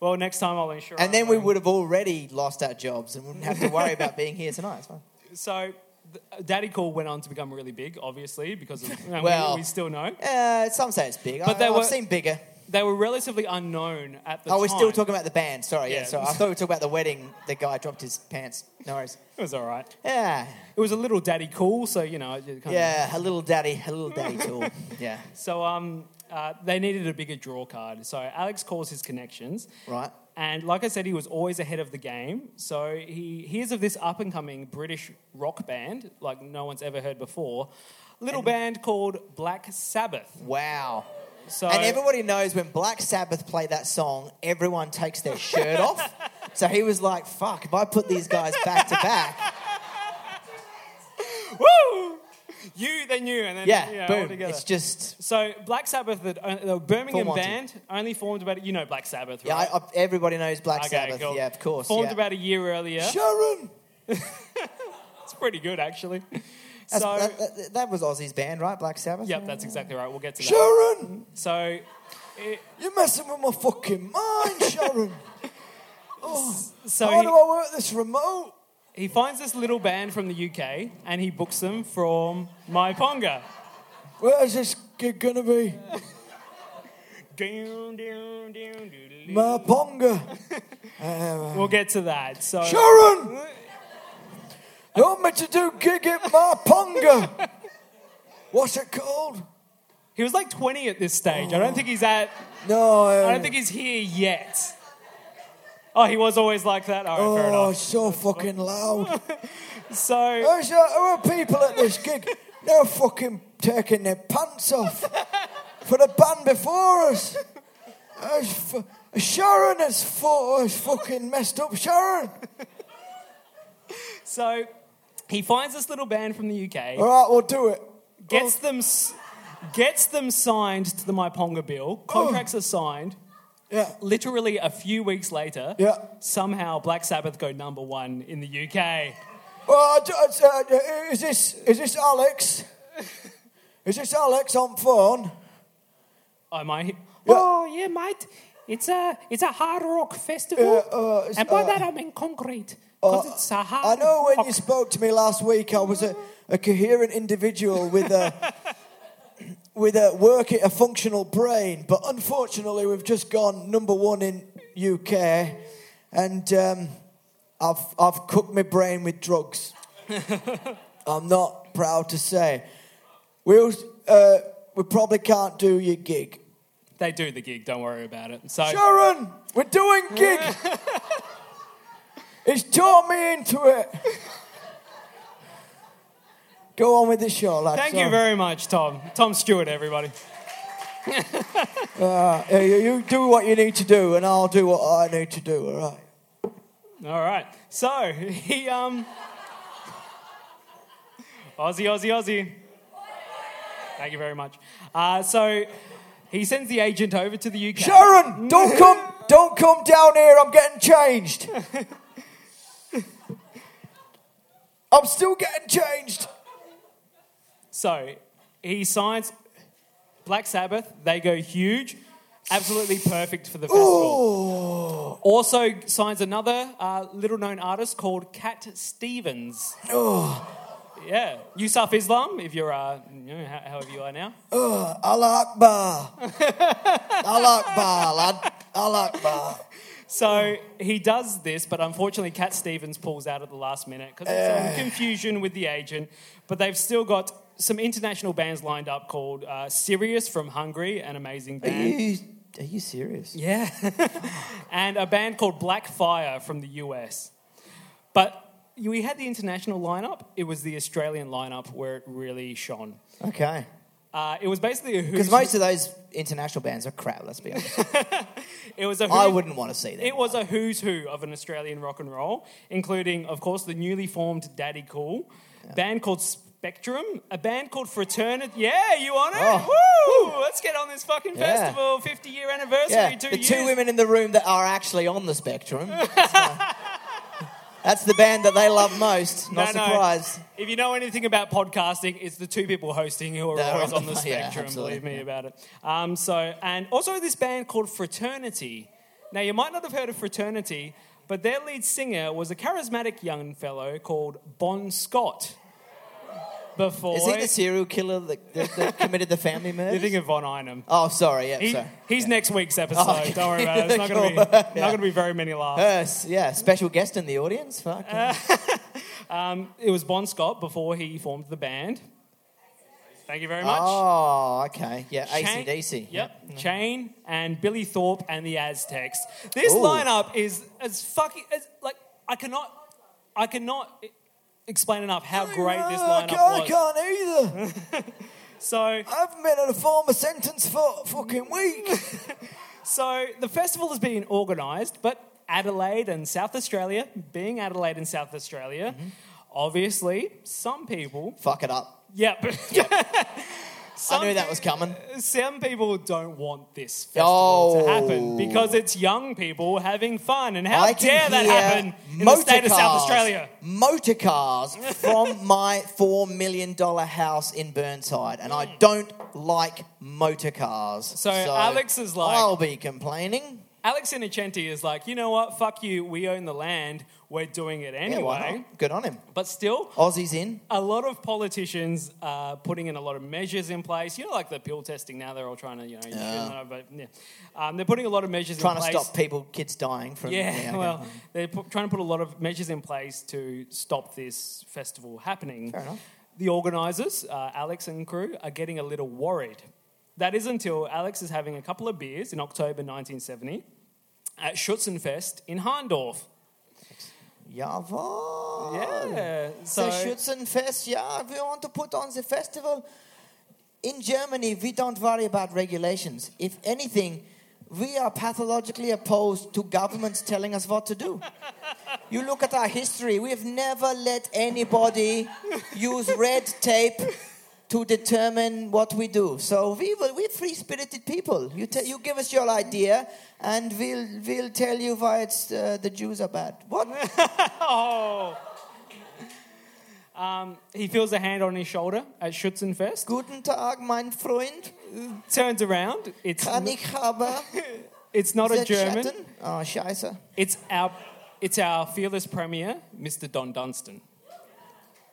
well, next time I'll ensure. I'm And then we wearing- would have already lost our jobs and wouldn't have to worry about being here tonight. It's fine. So, th- Daddy Cool went on to become really big, obviously, because of, and we- Well- we, still know Uh, some say it's big. But I, they I've were- seen bigger. they were relatively unknown at the Oh, time. we're still talking about the band. Sorry, yeah. Yeah. Sorry, I thought we were talking about the wedding. The guy dropped his pants. No worries. It was all right. Yeah, It was a little Daddy Cool, so you know. it Kind Of, yeah. A little daddy, a little daddy tool. Yeah. so um, uh, they needed a bigger draw card. So Alex calls his connections. Right. And like I said, he was always ahead of the game. So he hears of this up and coming British rock band, like no one's ever heard before, little band called Black Sabbath. Wow. So And everybody knows when Black Sabbath play that song, everyone takes their shirt off. So he was like, "Fuck! If I put these guys back to back, woo, you then you, and then yeah, you know, all boom! together. It's just so Black Sabbath, the, uh, the Full Birmingham Monty. band, only formed about you know Black Sabbath, yeah. right? I, I, everybody knows Black Okay, Sabbath. cool. Yeah, of course. Formed yeah. about a year earlier. Sharon. It's pretty good actually. That's, so that, that, that was Aussie's band, right? Black Sabbath. yep, that's exactly right. We'll get to that. Sharon, So you're messing with my fucking mind, Sharon. Oh, so How he- do I work this remote? He finds this little band from the UK and he books them from My Ponga. Where's this gig gonna be? Down, down, down, doodly. My ponga. We'll get to that. So Sharon! You want me to do gig at my ponga? What's it called? he was like 20 at this stage. I don't think he's at. No, uh, I don't think he's here yet. Oh, he was always like that. All right, fair Oh, enough. it's so fucking loud. So There's a, there are people at this gig. They're fucking taking their pants off for the band before us. There's fu- Sharon has fu- has fucking messed up. Sharon. so he finds this little band from the UK, All right, we'll do it. gets them s- gets them signed to the My Ponga bill. Oh. Contracts are signed. Yeah. Literally a few weeks later, Yeah. somehow Black Sabbath go number one in the UK. Well, I d- I d- uh, uh, is this is this Alex? Is this Alex on phone? Am I? Oh yeah, mate. It's a it's a hard rock Uh, festival, uh, it's, and by uh, that I mean concrete, because uh, it's a I hard. know when you rock- spoke to me last week, I was a, a coherent individual with a with a work a functional brain, but unfortunately, we've just gone number one in UK, and um, I've I've cooked my brain with drugs. I'm not proud to say. We'll uh, we probably can't do your gig. they do the gig. Don't worry about it. So Sharon, we're doing gig. He's taught me into it. Go on with the show, lads. thank you on. very much, Tom. Tom Stewart, everybody. Yeah, you, you do what you need to do, and I'll do what I need to do. All right. All right. So he um. Aussie, Aussie, Aussie. Thank you very much. Uh, so he sends the agent over to the UK. Sharon, don't come, don't come down here. I'm getting changed. I'm still getting changed. So he signs Black Sabbath. They go huge. Absolutely perfect for the festival. Also signs another uh, little known artist called Cat Stevens. Yeah. Yusuf Islam, if you're, uh, you know, ho- however you are now. Allah Akbar. Allah Akbar, lad. Allah Akbar. So he does this, but unfortunately, Cat Stevens pulls out at the last minute because of some confusion with the agent. But they've still got some international bands lined up called uh, Sirius from Hungary, an amazing Are band. you, are you serious? Yeah. and a band called Black Fire from the US. But we had the international lineup, it was the Australian lineup where it really shone. Okay. Uh, it was basically a who's Because most of those international bands are crap, let's be honest. it was a I who- wouldn't want to see them. It was a who's who of an Australian rock and roll, including, of course, the newly formed Daddy Cool, band called Spectrum, a band called Fraternity. Yeah, you on it? Oh. Woo! Let's get on this fucking Yeah. festival, 50 year anniversary, yeah, two the years. two women in the room that are actually on the spectrum. So, that's the band that they love most. No, Not no. surprised. If you know anything about podcasting, it's the two people hosting who are They're always on on the- the yeah, spectrum. absolutely, believe me yeah. about it. Um, so, and also this band called Fraternity. Now, you might not have heard of Fraternity, but their lead singer was a charismatic young fellow called Bon Scott. Before Is he the serial killer that, that, that committed the family murder? you're thinking of Von Einem. oh, sorry. Yeah, He- sorry. he's next week's episode. Oh, okay. Don't worry about it. It's not going to be Cool. not Yeah. going to be very many laughs. Uh, s- yeah, special guest in the audience. Fuck. Uh, It was Bon Scott before he formed the band. Thank you very much. oh, okay. Yeah, Chain- ACDC. Yep. Chain and Billy Thorpe and the Aztecs. This Ooh. lineup is as fucking as like I cannot I cannot e- explain enough how great this I lineup can't, I was. can't either. So I haven't been able to form a sentence for a fucking week. so the festival has been organised, but Adelaide and South Australia, being Adelaide and South Australia, Mm-hmm. obviously some people Fuck it up. Yep. some I knew that was coming. some people don't want this festival to happen Oh. because it's young people having fun, and how I can dare that hear happen in the state of South motorcars- Australia? Motor cars from my four million dollar house in Burnside, and I don't like motor cars. Hmm. So Alex is like- I'll be complaining. Alex Innocenti is like, you know what? Fuck you. We own the land. We're doing it Yeah, why anyway. not? good on him. but still, Aussie's in. a lot of politicians are putting in a lot of measures in place. You know, like the pill testing now. They're all trying to, you know, you shouldn't, but yeah, um, they're putting a lot of measures Trying in to place. stop people, kids dying from. Yeah, okay. well, they're pu- trying to put a lot of measures in place to stop this festival happening. Fair enough. The organisers, uh, Alex and crew, are getting a little worried. That is until Alex is having a couple of beers in October 1970 at Schützenfest in Harndorf. Jawohl. Yeah, The so Schützenfest, yeah, we want to put on the festival. In Germany, we don't worry about regulations. If anything, we are pathologically opposed to governments telling us what to do. You look at our history, we have never let anybody use red tape to determine what we do. So we will, we're free spirited people. You, te- you give us your idea, and we'll, we'll tell you why it's, uh, the Jews are bad. What? Oh. Um, he feels a hand on his shoulder at Schützenfest, Guten Tag, mein Freund. turns around. It's, Kann n- ich habe it's not a the German. eh, Chatten? Oh, scheiße. It's our, it's our fearless premier, Mr. Don Dunstan.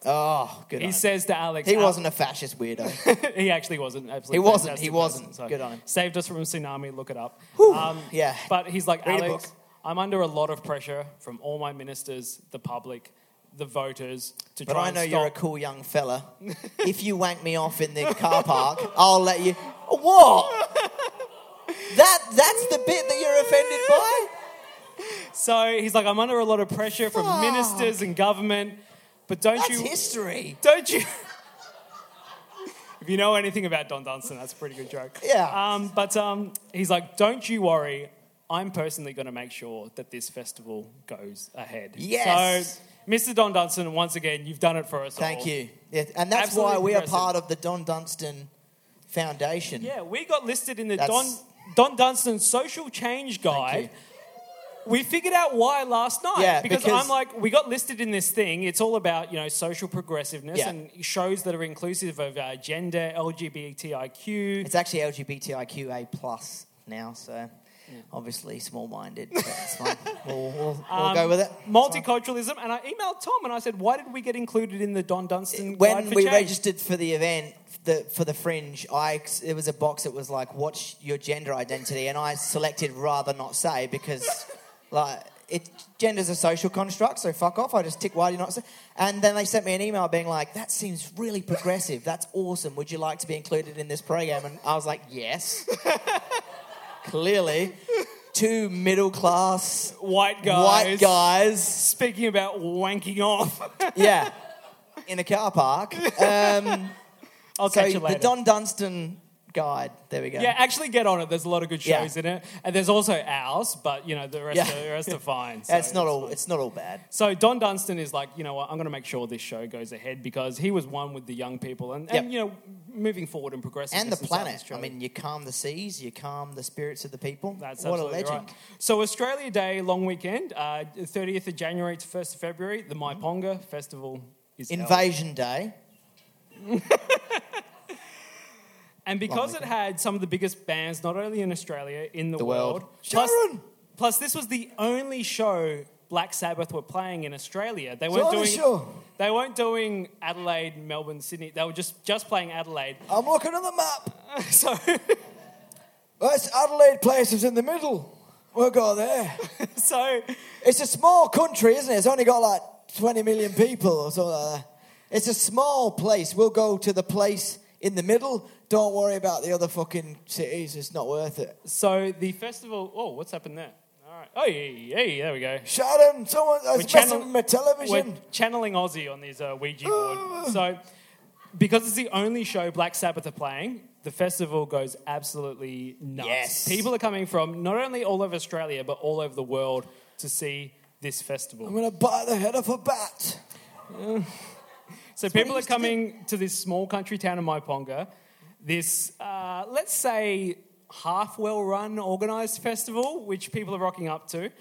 Oh, good He on him. says to Alex, He "Al- wasn't a fascist weirdo. he actually wasn't. Absolutely He wasn't, fantastic he wasn't. person, so Good on him. Saved us from a tsunami. Look it up. Um, yeah. But he's like Read a Alex. book. I'm under a lot of pressure from all my ministers, the public, the voters to But try I and know stop. you're a cool young fella. if you wank me off in the car park, I'll let you. What? That that's the bit that you're offended by? So he's like, I'm under a lot of pressure from Fuck. ministers and government. But don't That's you? history. Don't you? if you know anything about Don Dunstan, that's a pretty good joke. Yeah. Um, but um, he's like, don't you worry. I'm personally going to make sure that this festival goes ahead. Yes. So, Mr. Don Dunstan, once again, you've done it for us all. Thank you. Yeah, and that's Absolutely why we are progressive. part of the Don Dunstan Foundation. Yeah, we got listed in the Don, That's- Don Dunstan Social Change Thank Guide. you. we figured out why last night. Yeah, because, because- I'm like, we got listed in this thing. It's all about you know social progressiveness Yeah. and shows that are inclusive of uh, gender, LGBTIQ. It's actually LGBTIQA plus now, so obviously small-minded. But it's fine. We'll, we'll, we'll um, go with it. Multiculturalism, and I emailed Tom and I said, "Why did we get included in the Don Dunstan Guide when for we Change? registered for the event the, for the fringe i there was a box that was like what's your gender identity and i selected rather not say because like it gender's a social construct so fuck off i just tick why do you not say and then they sent me an email being like that seems really progressive that's awesome would you like to be included in this program and i was like yes clearly two middle class White guys, white guys speaking about wanking off." yeah, in a car park. Um, I'll so catch you later. the Don Dunstan guide. There we go. yeah, actually get on it. There's a lot of good Yeah. shows in it, and there's also ours, but you know the rest, Yeah. are, the rest are fine. so that's not all. It's not all bad. So Don Dunstan is like, you know what, I'm going to make sure this show goes ahead because he was one with the young people and, and Yep. you know, moving forward and progressing. And the planet. I Australia. mean, you calm the seas, you calm the spirits of the people. That's what a absolutely legend. Right. So Australia Day, long weekend, uh, 30th of January to 1st of February, the Mm-hmm. Maiponga Festival is held. Invasion Day. And because it had some of the biggest bands, not only in Australia, in the, The world. world. Plus, Sharon! plus, this was the only show Black Sabbath were playing in Australia. They weren't the doing. only show. They weren't doing Adelaide, Melbourne, Sydney. They were just just playing Adelaide. I'm looking at the map. So, That's Adelaide Place is in the middle. We'll go there. so It's a small country, isn't it? It's only got like 20 million people or something like that. It's a small place. We'll go to the place in the middle. Don't worry about the other fucking cities. It's not worth it. So the festival. Oh, what's happened there? All right. Oh, yeah, yeah, yeah, there we go. Sharon, someone, I was messing with my we're television. channeling Aussie on these uh, Ouija Ah. board. so because it's the only show Black Sabbath are playing, the festival goes absolutely nuts. Yes. People are coming from not only all over Australia but all over the world to see this I'm festival. going to bite the head off a bat. So people are used to coming to, this small country town of Maiponga. This, uh, let's say, half well run organised festival, which people are rocking up to.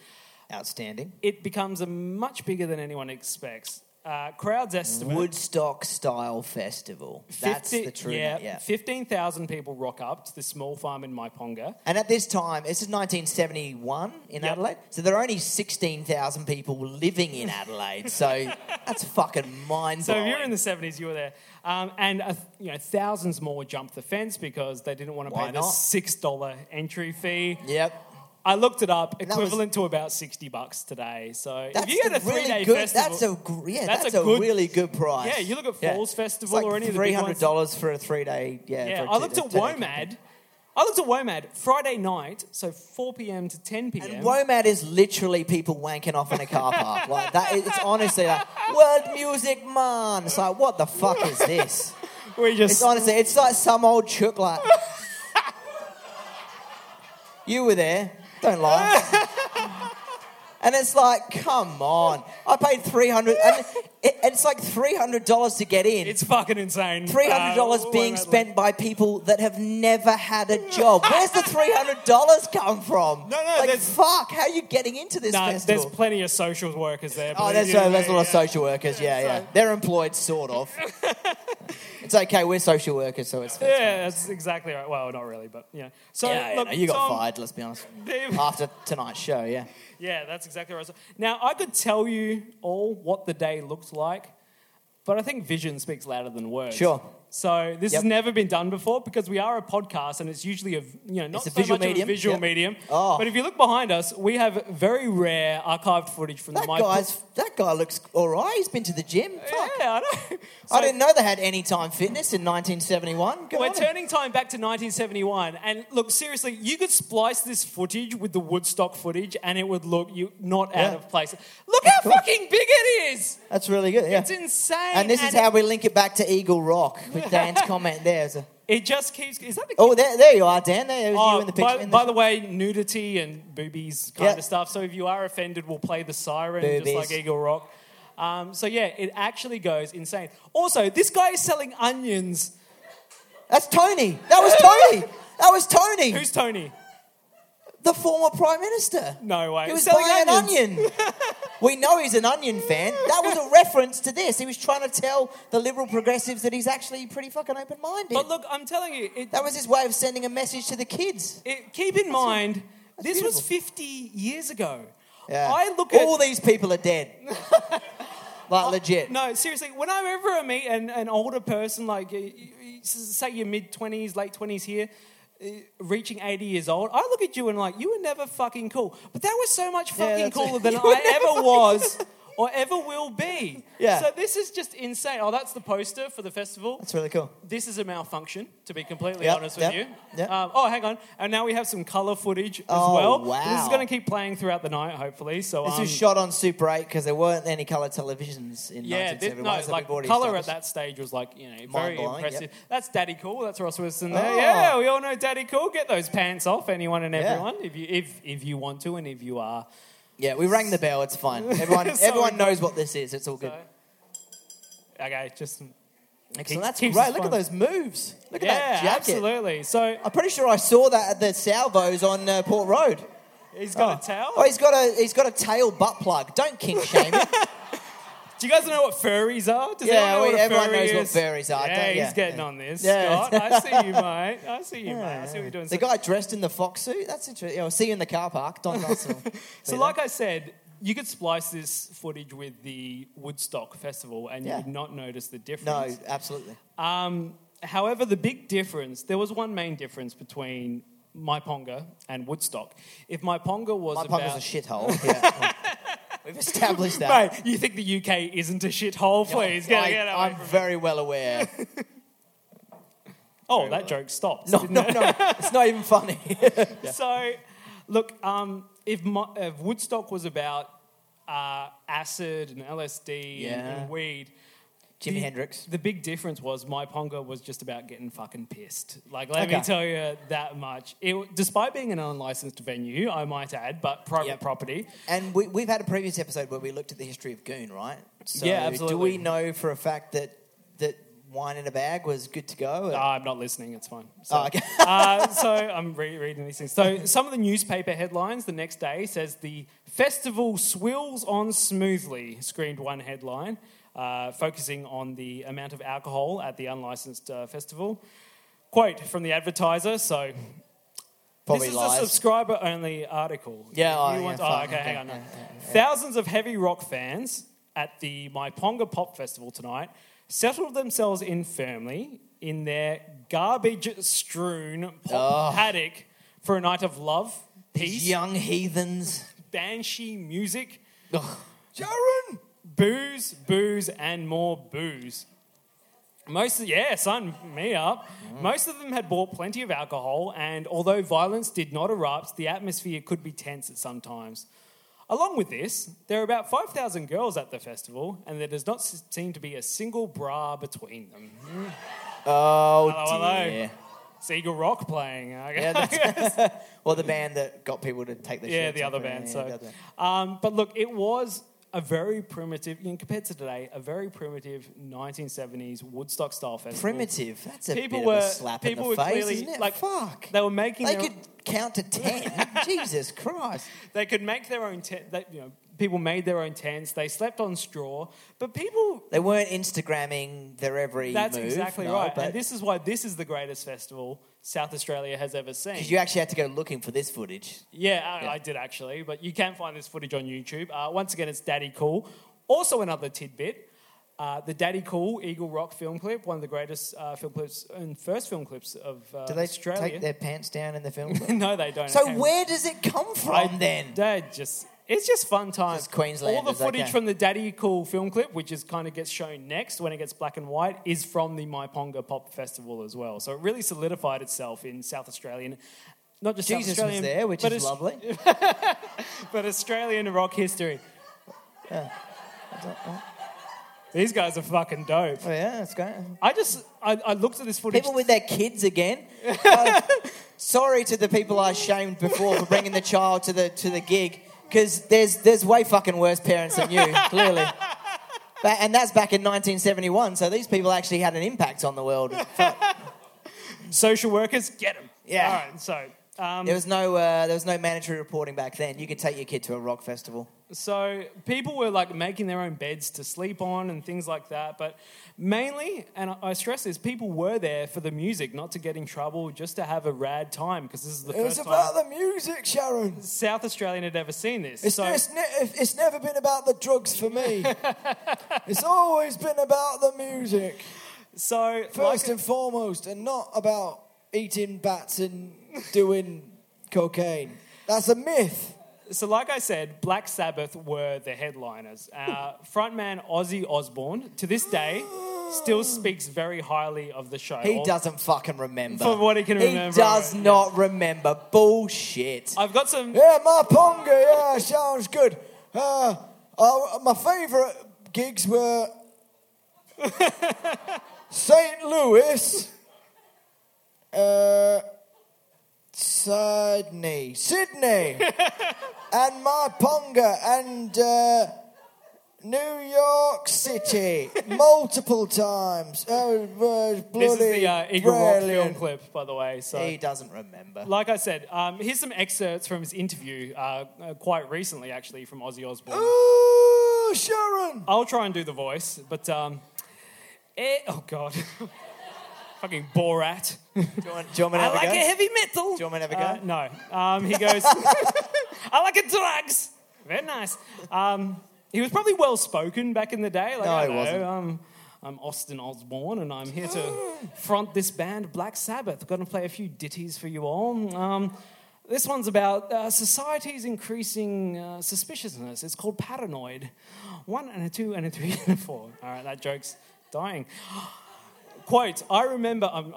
Outstanding. it becomes a much bigger than anyone expects. Uh, crowds estimate Woodstock style festival. That's 50 the true. Yeah, yeah. fifteen thousand people rock up to this small farm in Maiponga. And at this time, this is 1971 in Yep. Adelaide. So there are only 16,000 people living in Adelaide. So that's fucking mind blowing. So if you're in the seventies, you were there, um, and uh, you know thousands more jumped the fence because they didn't want to Why pay the not? six dollar entry fee. Yep. I looked it up, that was- equivalent to about sixty bucks today. So That's if you the had a three really day good. festival, That's a gr- yeah. That's That's, a a, good- really good price. Yeah, you look at Yeah. Falls It's Festival like or any of the three big hundred ones. dollars for a three day. Yeah, Yeah, for a I looked two- at two-day campaign. WOMAD. I looked at WOMAD Friday night, so 4 p.m. to 10 p.m. And WOMAD is literally people wanking off in a car park. like that. It's honestly like world music man. It's like what the fuck is this? we It's just honestly, it's like some old chook like. you were there. Don't lie. and it's like, come on. I paid 300 and it, it's like $300 to get in. it's fucking insane. $300 Uh, being WOMAD spent by people that have never had a job. Where's the $300 come from? No, no, like, there's- fuck, how are you getting into this Nah, there's festival? plenty of social workers there. Oh, believe there's, you uh, me, there's a lot of yeah. social workers. Yeah, yeah. They're employed, sort of. it's okay, we're social workers, so it's fine. Yeah, that's exactly right. Well, not really, but you know. So yeah, look, yeah, no, you got Tom, fired. Let's be honest. Dave- After tonight's show, yeah. Yeah, that's exactly right. So- Now I could tell you all what the day looked like, but I think vision speaks louder than words. Sure. So this has Yep. never been done before because we are a podcast and it's usually a you know not It's a so visual much of medium. a visual Yep. medium. Oh. But if you look behind us, we have very rare archived footage from That the mic. guy's that guy looks all right. He's been to the gym. yeah, Fuck. I know. I So- didn't know they had Anytime Fitness in 1971. Go We're on. turning time back to 1971, and look seriously, you could splice this footage with the Woodstock footage, and it would look you not out Yeah. of place. Look how course. fucking big it is! That's really good. Yeah. It's insane. and this is how we link it back to Eagle Rock with Dan's comment there. So- it just keeps. Is that the? oh, there, there you are, Dan. There was Oh, you in the picture. by, in by the way, nudity and boobies kind Yeah. of stuff. So if you are offended, we'll play the siren Boobies. just like Eagle Rock. Um, so yeah, it actually goes insane. Also, this guy is selling onions. That's Tony. That was Tony. that was Tony. Who's Tony? The former prime minister. No way. He was Selling buying onions. an onion. we know he's an onion fan. That was a reference to this. He was trying to tell the liberal progressives that he's actually pretty fucking open-minded. But look, I'm telling you, it, that was his way of sending a message to the kids. it, keep in mind, that's this was beautiful. 50 years ago. Yeah. I look at all these people are dead. like legit. No, seriously, whenever I meet an, an older person, like y- y- s- say your mid 20s, late 20s here, uh, reaching 80 years old, I look at you and like, you were never fucking cool. But that was so much Yeah, fucking that's it. cooler than You were I ever was or ever will be. Yeah. So this is just insane. Oh, that's the poster for the festival. That's really cool. this is a malfunction, to be completely Yep, honest with yep, you. yep. Um, oh, hang on. And now we have some colour footage as Oh, well. wow. This is going to keep playing throughout the night, hopefully. So This um, was shot on Super 8 because there weren't any colour televisions in yeah, 1971. this, no, so like we've already color at established. that stage was like you know very Mind-blowing, impressive. yep. That's Daddy Cool. That's Ross Wilson there. Oh. Yeah, we all know Daddy Cool. Get those pants off, anyone and Yeah. everyone, if you if if you want to, and if you are. Yeah, we rang the bell. It's fine. Everyone, Sorry. everyone knows what this is. It's all good. So- Okay, just Excellent. That's keeps great. us Look fun. at those moves. Look yeah, at that jacket. absolutely. So I'm pretty sure I saw that at the Salvos on uh, Port Road. he's got a towel. Oh, he's got a he's got a tail butt plug. Don't kink shame him. Do you guys know what furries are? Does Yeah, anyone know we- what a everyone furry knows what is? furries are, Yeah, don't ya? he's getting Yeah. on this. Yeah. Scott, I see you, mate. I see you, mate. I see what you're doing. the So- guy dressed in the fox suit. That's interesting. Yeah, I'll see you in the car park, Don Russell. So, like I said, you could splice this footage with the Woodstock Festival and Yeah. you would not notice the no, difference. absolutely. Um, however, the big difference, there was one main difference between My Ponga and Woodstock. If My Ponga was My about. punk was a shithole. Yeah. We've established that. Mate, you think the UK isn't a shithole? Please, get, I, get away I'm from me. very well aware. Oh, that joke stops. No, didn't no, it? no. It's not even funny. So, look, um, if, my, if Woodstock was about uh, acid and LSD and- Yeah. and weed, Jimi The- Hendrix. The big difference was my pongo was just about getting fucking pissed. Like, let me Okay. tell you that much. It, despite being an unlicensed venue, I might add, but private Yep. property. And we, we've had a previous episode where we looked at the history of Goon, right? So Yeah, Do absolutely. we know for a fact that that wine in a bag was good to go? Ah, I'm not listening. It's fine. So, Oh, okay. uh, so I'm re- reading these things. So some of the newspaper headlines the next day says the festival swills on smoothly. Screened one headline, uh, focusing on the amount of alcohol at the unlicensed uh, festival. Quote from the advertiser. So Probably this is lies. a subscriber only article. Yeah, If oh, you yeah, want- oh, fine, okay, okay, hang on. yeah, Thousands of heavy rock fans at the Myponga Pop Festival tonight settled themselves in firmly in their garbage strewn pop paddock for a night of love, These peace, young heathens. banshee music, Ugh. Jaron. booze, booze, and more booze. Most of, yeah, son, me up. Mm. Most of them had bought plenty of alcohol, and although violence did not erupt, the atmosphere could be tense at some times. Along with this, there are about 5,000 girls at the festival, and there does not s- seem to be a single bra between them. Oh Hello, hello. dear. Seagull Rock playing. I guess. Yeah, that's- well, the band that got people to take their yeah, shirts the off, other yeah, band. yeah, the So, other band. um, but look, it was a very primitive, you know, compared to today, a very primitive 1970s Woodstock style festival. primitive. That's a People bit were of a slap people in the were face, clearly isn't it? like Fuck. They were making They their, could count to ten. Jesus Christ. they could make their own tent. That you know, people made their own tents. They slept on straw, but people. They weren't Instagramming their every That's move, exactly no, right, But and this is why this is the greatest festival South Australia has ever seen. because you actually had to go looking for this footage. Yeah, I, I did actually, but you can find this footage on YouTube. Uh, once again, it's Daddy Cool. Also, another tidbit. Uh, the Daddy Cool Eagle Rock film clip, one of the greatest uh, film clips and first film clips of uh, Do they Australia. take their pants down in the film? no, they don't. so Okay. where does it come from I- then? They just it's just fun time. Just Queenslanders, All the footage okay. from the Daddy Cool film clip, which is kind of gets shown next when it gets black and white, is from the Myponga Pop Festival as well. So it really solidified itself in South Australian, not just Jesus South Australian, was there, which but is Aus- lovely. but Australian rock history. These guys are fucking dope. Oh yeah, that's great. I just I, I looked at this footage. People with their kids again. Uh, sorry to the people I shamed before for bringing the child to the to the gig because there's there's way fucking worse parents than you clearly. But, and that's back in 1971, so these people actually had an impact on the world. Social workers, get them. Yeah. All right. So Um, There was no uh, there was no mandatory reporting back then. You could take your kid to a rock festival. So people were like making their own beds to sleep on and things like that. But mainly, and I- I stress this, people were there for the music, not to get in trouble, just to have a rad time because this is the It was first about time the music, Sharon. South Australian had ever seen this. It's, so it's, ne- it's never been about the drugs for me. it's always been about the music, so first like, and foremost, and not about eating bats and doing cocaine. That's a myth. so like I said, Black Sabbath were the headliners. Uh, frontman Ozzy Osbourne to this day still speaks very highly of the show. He Al- doesn't fucking remember. From what he can He remember, does right, not remember. Bullshit. I've got some. Yeah, my ponga, yeah, sounds good. Uh, I, my favourite gigs were St. Louis, uh, Sydney, Sydney, and my ponga, and uh, New York City multiple times. Oh, uh, bloody This is the uh, Eagle Rock film brilliant. clip, by the way. So He doesn't remember. Like I said, um, here's some excerpts from his interview uh, uh, quite recently, actually, from Ozzy Osbourne. Ooh, Sharon. I'll try and do the voice, but um, eh, oh god, fucking Borat. Do you want, do you want me to I have like a a go? heavy metal. Do you want me to have a go? Uh, no. Um, he goes, I like it drugs. Very nice. Um, he was probably well spoken back in the day. Like, No, I he don't wasn't. Know, um, I'm Austin Osborne, and I'm here to front this band, Black Sabbath. Going to play a few ditties for you all. Um, this one's about uh, society's increasing uh, suspiciousness. It's called paranoid. One and a two and a three and a four. All right, that joke's dying quote i remember um,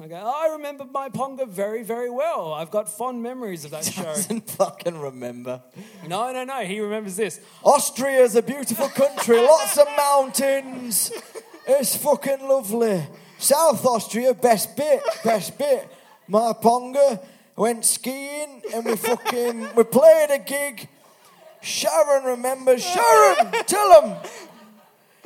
uh, I go, i remember my ponga very very well i've got fond memories of that show doesn't fucking remember. no no no he remembers this Austria's a beautiful country, lots of mountains. It's fucking lovely. South Austria, best bit, best bit. My ponga went skiing and we fucking we played a gig. Sharon remembers. Sharon, tell him.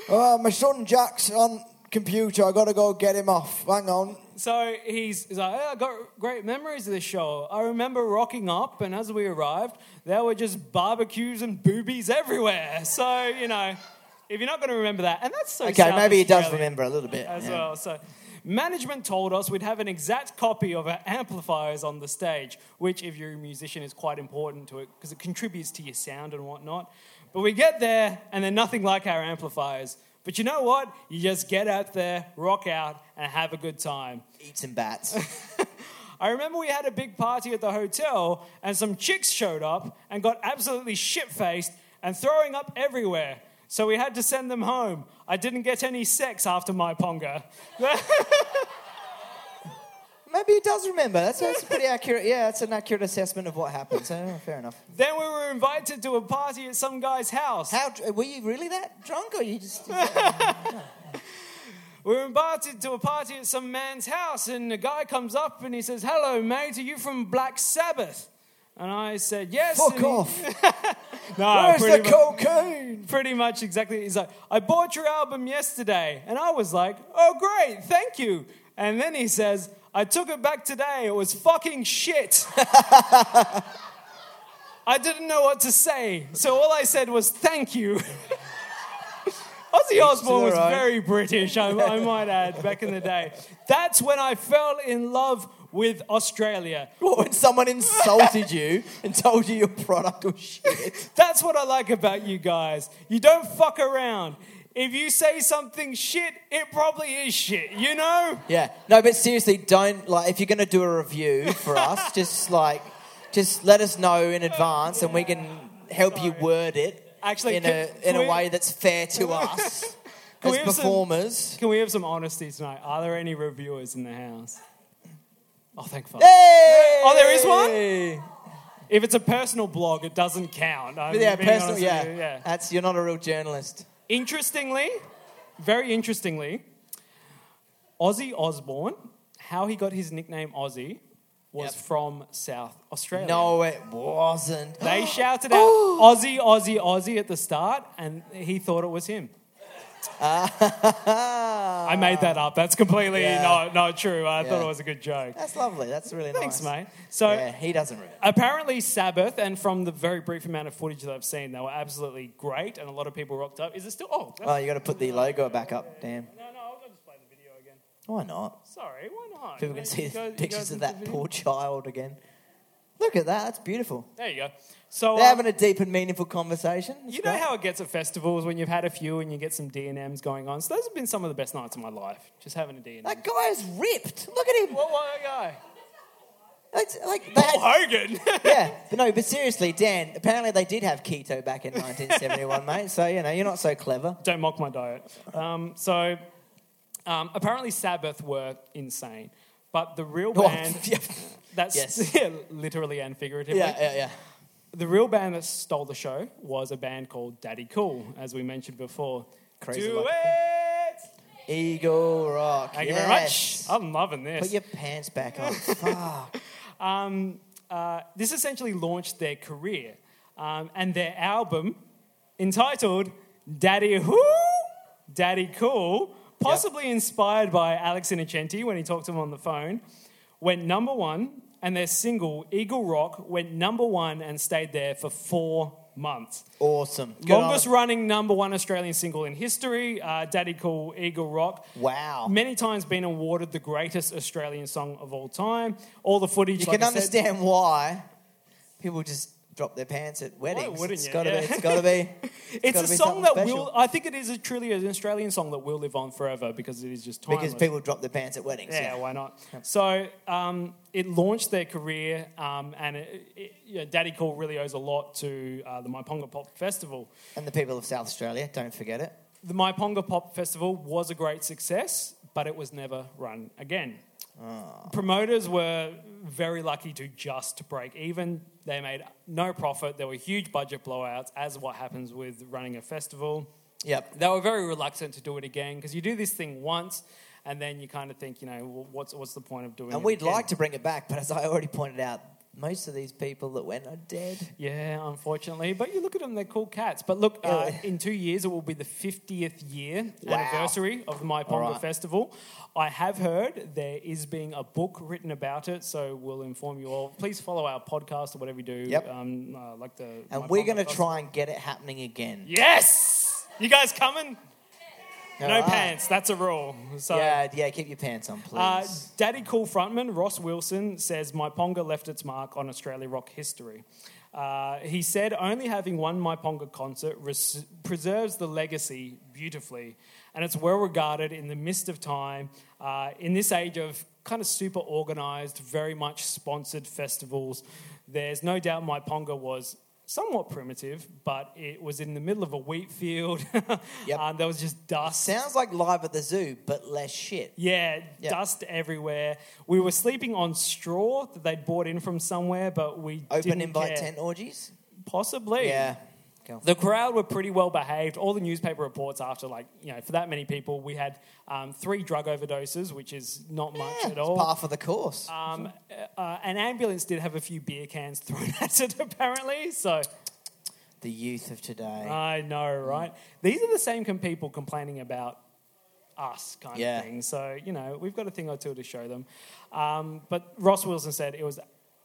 Uh, my son Jack's on computer. I gotta go get him off. Hang on. so he's, he's like oh, i got great memories of this show i remember rocking up and as we arrived there were just barbecues and boobies everywhere so you know if you're not going to remember that and that's so Okay, South maybe he does Australian. remember a little bit. as yeah. well. So, management told us we'd have an exact copy of our amplifiers on the stage, which, if you're a musician, is quite important to it because it contributes to your sound and whatnot. But we get there, and they're nothing like our amplifiers. But you know what? You just get out there, rock out, and have a good time. Eat some bats. I remember we had a big party at the hotel, and some chicks showed up and got absolutely shit faced and throwing up everywhere. So we had to send them home. I didn't get any sex after my ponga. Maybe he does remember. That's, that's pretty accurate. Yeah, that's an accurate assessment of what happened. So yeah, fair enough. Then we were invited to a party at some guy's house. How dr- were you really that drunk, or you just? We were invited to a party at some man's house, and the guy comes up and he says, Hello, mate, are you from Black Sabbath? And I said, Yes. Fuck and he- off. No, Where's pretty the mu- cocaine? pretty much exactly. He's like, I bought your album yesterday. And I was like, Oh, great, thank you. And then he says, I took it back today. It was fucking shit. I didn't know what to say. So all I said was, Thank you. Ozzy Osbourne was their own. very British, I, I might add, back in the day. That's when I fell in love with Australia. What when someone insulted you and told you your product was shit? That's what I like about you guys. You don't fuck around. If you say something shit, it probably is shit, you know? Yeah. No, but seriously, don't like if you're gonna do a review for us, just like, just let us know in advance, and we can help you word it. Actually, in can- a in can we- a way that's fair to us Can as we have some- performers. Can we have some honesty tonight? Are there any reviewers in the house? Oh, thank fuck. Hey! Oh, there is one? If it's a personal blog, it doesn't count. I'm Yeah, being personal. honest with Yeah. you, yeah. that's you're not a real journalist. Interestingly, very interestingly, Ozzy Osbourne, how he got his nickname Ozzy, was Yep. from South Australia. No, it wasn't. They shouted out Aussie, Aussie, Aussie at the start, and he thought it was him. I made that up. That's completely Yeah. not, not true. I thought Yeah. it was a good joke. That's lovely. That's really Thanks, mate. nice. So yeah, he doesn't really. apparently Sabbath, and from the very brief amount of footage that I've seen, they were absolutely great, and a lot of people rocked up. Is it still? Oh, that's- Oh, you got to put the logo back up. Damn. no, no, I'll just play the video again. Why not? Sorry, why not? People You can see guys- you pictures guys look of that at the poor video. child again. Look at that. That's beautiful. There you go. So They're um, having a deep and meaningful conversation. It's you know great. how it gets at festivals when you've had a few and you get some D and M's going on. So those have been some of the best nights of my life. Just having a D and M. that guy is ripped. Look at him. What what a guy? It's like they had- Hogan. yeah, but no, but seriously, Dan. Apparently, they did have keto back in 1971, mate. So you know, you're not so clever. Don't mock my diet. Um, so um, apparently Sabbath were insane, but the real Oh, band. yeah, That's Yes. yeah, literally and figuratively. yeah, yeah, yeah. The real band that stole the show was a band called Daddy Cool, as we mentioned before. Crazy Do like- it! Eagle Rock. Thank you very much. yes. I'm loving this. Put your pants back on. Fuck. this essentially launched their career um, and their album entitled Daddy Who? Daddy Cool, possibly inspired by Alex Innocenti when he talked to him on the phone, went number one, and their single Eagle Rock went number one and stayed there for four months. Awesome. Good on Longest them. running number one Australian single in history, uh, Daddy Cool Eagle Rock. Wow. Many times been awarded the greatest Australian song of all time. All the footage. You like can I said- understand why people just drop their pants at weddings. wouldn't it's you? gotta Yeah. be. It's gotta be. It's gotta a song be something that special. will. I think it is a, truly an Australian song that will live on forever because it is just timeless. Because people drop their pants at weddings. yeah, why not? So um, it launched their career, um, and it, it, you know, Daddy Cool really owes a lot to uh, the Myponga Pop Festival. And the people of South Australia, don't forget it. The Myponga Pop Festival was a great success, but it was never run again. Ah. Promoters were very lucky to just break even. They made no profit. There were huge budget blowouts, as what happens with running a festival. Yep. they were very reluctant to do it again because you do this thing once and then you kind of think, you know, well, what's, what's the point of doing it? And we'd again? like to bring it back, but as I already pointed out, most of these people that went are dead. Yeah, unfortunately. But you look at them, they're cool cats. But look, uh, Yeah. in two years, it will be the 50th year Wow. anniversary of the My Ponga right. Festival. I have heard there is being a book written about it, so we'll inform you all. Please follow our podcast or whatever you do. Yep. Um, uh, like the And My we're Ponga going to Festival. try and get it happening again. Yes! You guys coming? No Alright. pants. That's a rule. So Ah. Yeah, yeah, keep your pants on, please. Uh, Daddy Cool frontman Ross Wilson says Myponga left its mark on Australia rock history. Uh, he said only having one Myponga concert res- preserves the legacy beautifully, and it's well regarded in the mist of time. Uh, in this age of kind of super organized, very much sponsored festivals, there's no doubt Myponga was somewhat primitive, but it was in the middle of a wheat field. Yep. Uh, there was just dust. Sounds like live at the zoo, but less shit. Yeah, Yeah. dust everywhere. We were sleeping on straw that they'd bought in from somewhere, but we Open didn't invite care. tent orgies? possibly. Yeah. Go. The crowd were pretty well behaved. All the newspaper reports after, like you know, for that many people, we had um, three drug overdoses, which is not much Yeah, at it's all. par for the course. Um, uh, an ambulance did have a few beer cans thrown at it, apparently. So the youth of today. I know, Mm. right? These are the same com- people complaining about us kind Yeah. of thing. So, you know, we've got a thing or two to show them. Um, but Ross Wilson said it was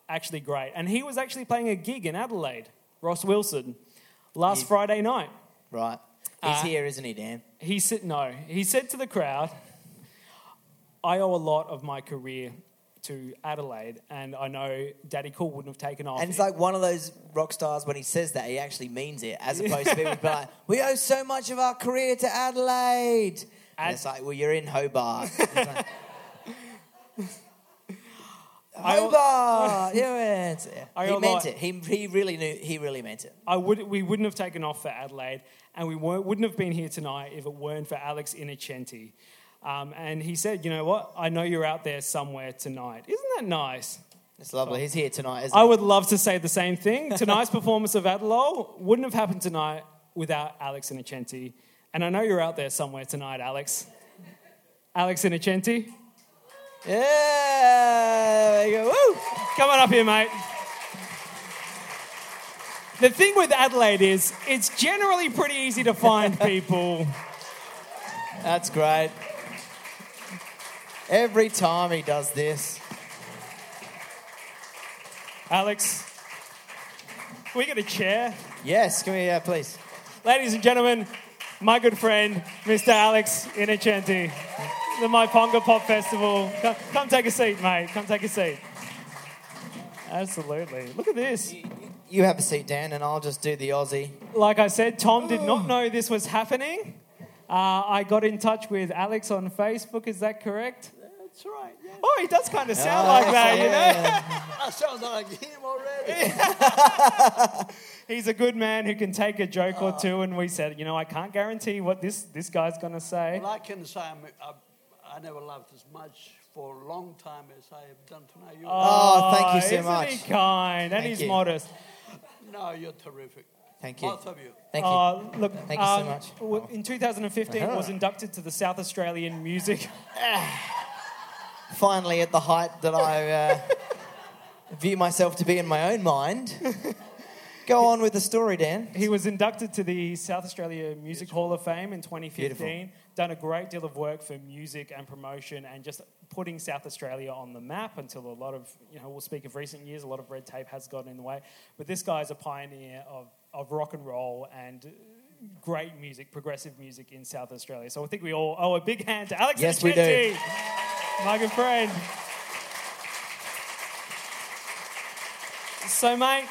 actually great. And he was actually playing a gig in Adelaide, Ross Wilson, last Friday night. right. He's Uh, here, isn't he, Dan? He said, no, he said to the crowd, I owe a lot of my career to Adelaide, and I know Daddy Cool wouldn't have taken off. And it's like one of those rock stars when he says that, he actually means it, as opposed to people be like, we owe so much of our career to Adelaide. Ad- and it's like, well, you're in Hobart. It's like, al- Hobart! yeah, it's, yeah. I He al- meant it. He, he really knew, he really meant it. I would, we wouldn't have taken off for Adelaide, and we weren't, wouldn't have been here tonight if it weren't for Alex Innocenti. Um, and he said, "You know what? I know you're out there somewhere tonight. Isn't that nice? It's lovely. He's here tonight, isn't I he? would love to say the same thing. Tonight's performance of Adelaide wouldn't have happened tonight without Alex Innocenti. And I know you're out there somewhere tonight, Alex. Alex Innocenti, Yeah! There you go. Woo! come on up here, mate." The thing with Adelaide is it's generally pretty easy to find people. That's great. Every time he does this, Alex, we get a chair. yes, can we, uh, please? Ladies and gentlemen, my good friend, Mr. Alex Innocenti, the Myponga Pop Festival. Come, come take a seat, mate. Come take a seat. Absolutely. Look at this. You have a seat, Dan, and I'll just do the Aussie. Like I said, Tom did not know this was happening. Uh, I got in touch with Alex on Facebook. Is that correct? That's right. Oh, he does kind of sound like that, you know? I sound like him already. He's a good man who can take a joke or two, and we said, you know, I can't guarantee what this, this guy's going to say. well, I can say I'm, I, I never laughed as much for a long time as I have done tonight. You, Oh, thank you so Isn't much. he kind? And Thank he's you. modest. no, you're terrific. Thank you. Both of you. Thank you. Uh, look, Thank you so um, much. w- In 2015, Uh-huh. was inducted to the South Australian Music. Finally, at the height that I uh, view myself to be in my own mind. Go on with the story, Dan. He was inducted to the South Australia Music Hall of Fame in 2015. Beautiful. Done a great deal of work for music and promotion, and just putting South Australia on the map. Until a lot of you know, we'll speak of recent years. A lot of red tape has gotten in the way, but this guy is a pioneer of of rock and roll and. uh, Great music, progressive music in South Australia. So I think we all owe a big hand to Alex Yes, we do. Innocenzi, my good friend. So, mate,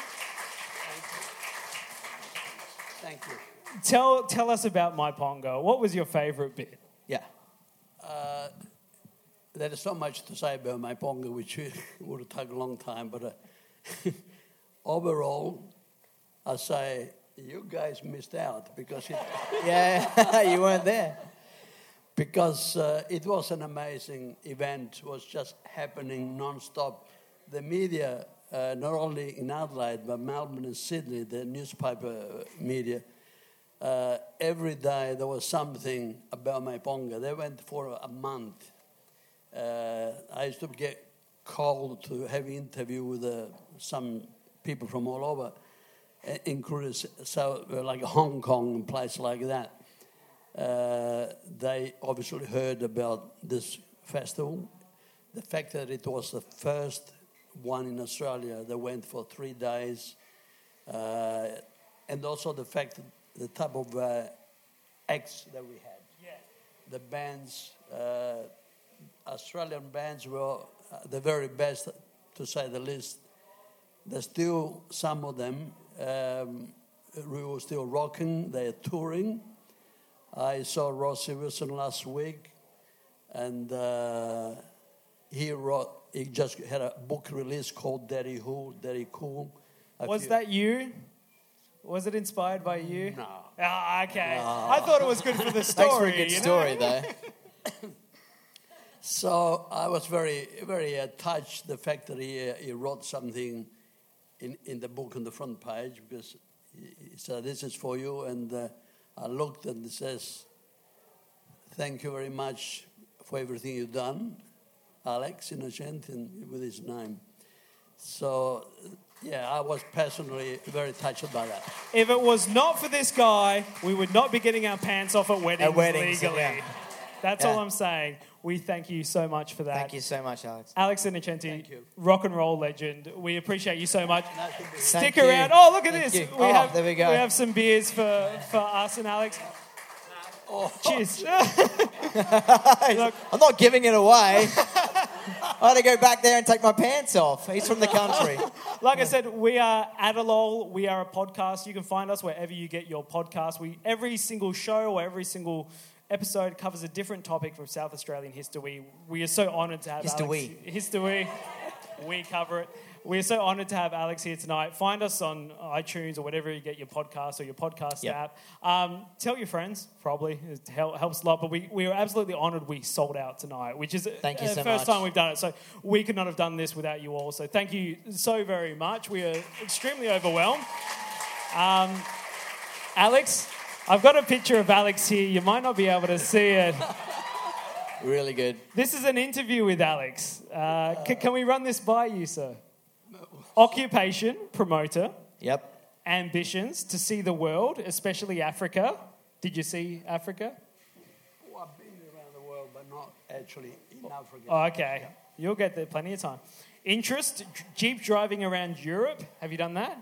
Thank you. Tell tell us about my pongo. What was your favourite bit? Yeah. There is so much to say about my ponga, which would take a long time, but uh, overall, I say you guys missed out because it. Yeah, you weren't there. because uh, it was an amazing event was just happening non-stop the media uh, not only in adelaide but melbourne and sydney the newspaper media uh, every day there was something about my ponga they went for a month uh, i used to get called to have interview with uh, some people from all over uh, including s- so, uh, like hong kong and places like that uh, they obviously heard about this festival. The fact that it was the first one in Australia, they went for three days, uh, and also the fact that the type of uh, acts that we had. The bands, uh, Australian bands were uh, the very best, to say the least. There's still some of them um, who are still rocking, they're touring. I saw Rossi Wilson last week, and uh, he wrote. He just had a book release called "Daddy Who, Daddy Cool." A Was few- that you? Was it inspired by you? No. Ah, okay. I thought it was good for the story. Thanks for a good you know? story, though. So I was very, very uh, touched the fact that he, uh, he wrote something in, in the book on the front page because he he said, This is for you. And uh, I looked and it says, Thank you very much for everything you've done, Alex Innocent, and with his name. So, yeah, I was personally very touched by that. If it was not for this guy, we would not be getting our pants off at weddings, At weddings, legally. yeah. That's Yeah. all I'm saying. We thank you so much for that. Thank you so much, Alex. Alex Innocenti, Thank you. rock and roll legend. We appreciate you so much. Stick Thank you. around. Oh, look at Thank this. you. Oh, have, there we go. have some beers for, for us and Alex. Oh. Cheers. I'm not giving it away. I had to go back there and take my pants off. He's from the country. Like I said, we are Adelol. We are a podcast. You can find us wherever you get your podcast. We every single show or every single episode covers a different topic from South Australian history. We are so honoured to have History. Alex. History. we cover it. We're so honoured to have Alex here tonight. Find us on iTunes or whatever you get your podcast or your podcast Yep. app. Um, tell your friends, probably. It hel- helps a lot. But we, we are absolutely honoured we sold out tonight, which is Thank you uh, so first much. time we've done it. So we could not have done this without you all. So thank you so very much. We are extremely overwhelmed. Um, Alex, I've got a picture of Alex here. You might not be able to see it. Really good. This is an interview with Alex. Uh, c- can we run this by you, sir? Occupation, promoter, Yep. ambitions to see the world, especially Africa. Did you see Africa? Well, I've been but not actually in Africa. Oh, okay. You'll get there plenty of time. Interest, d- Jeep driving around Europe. Have you done that?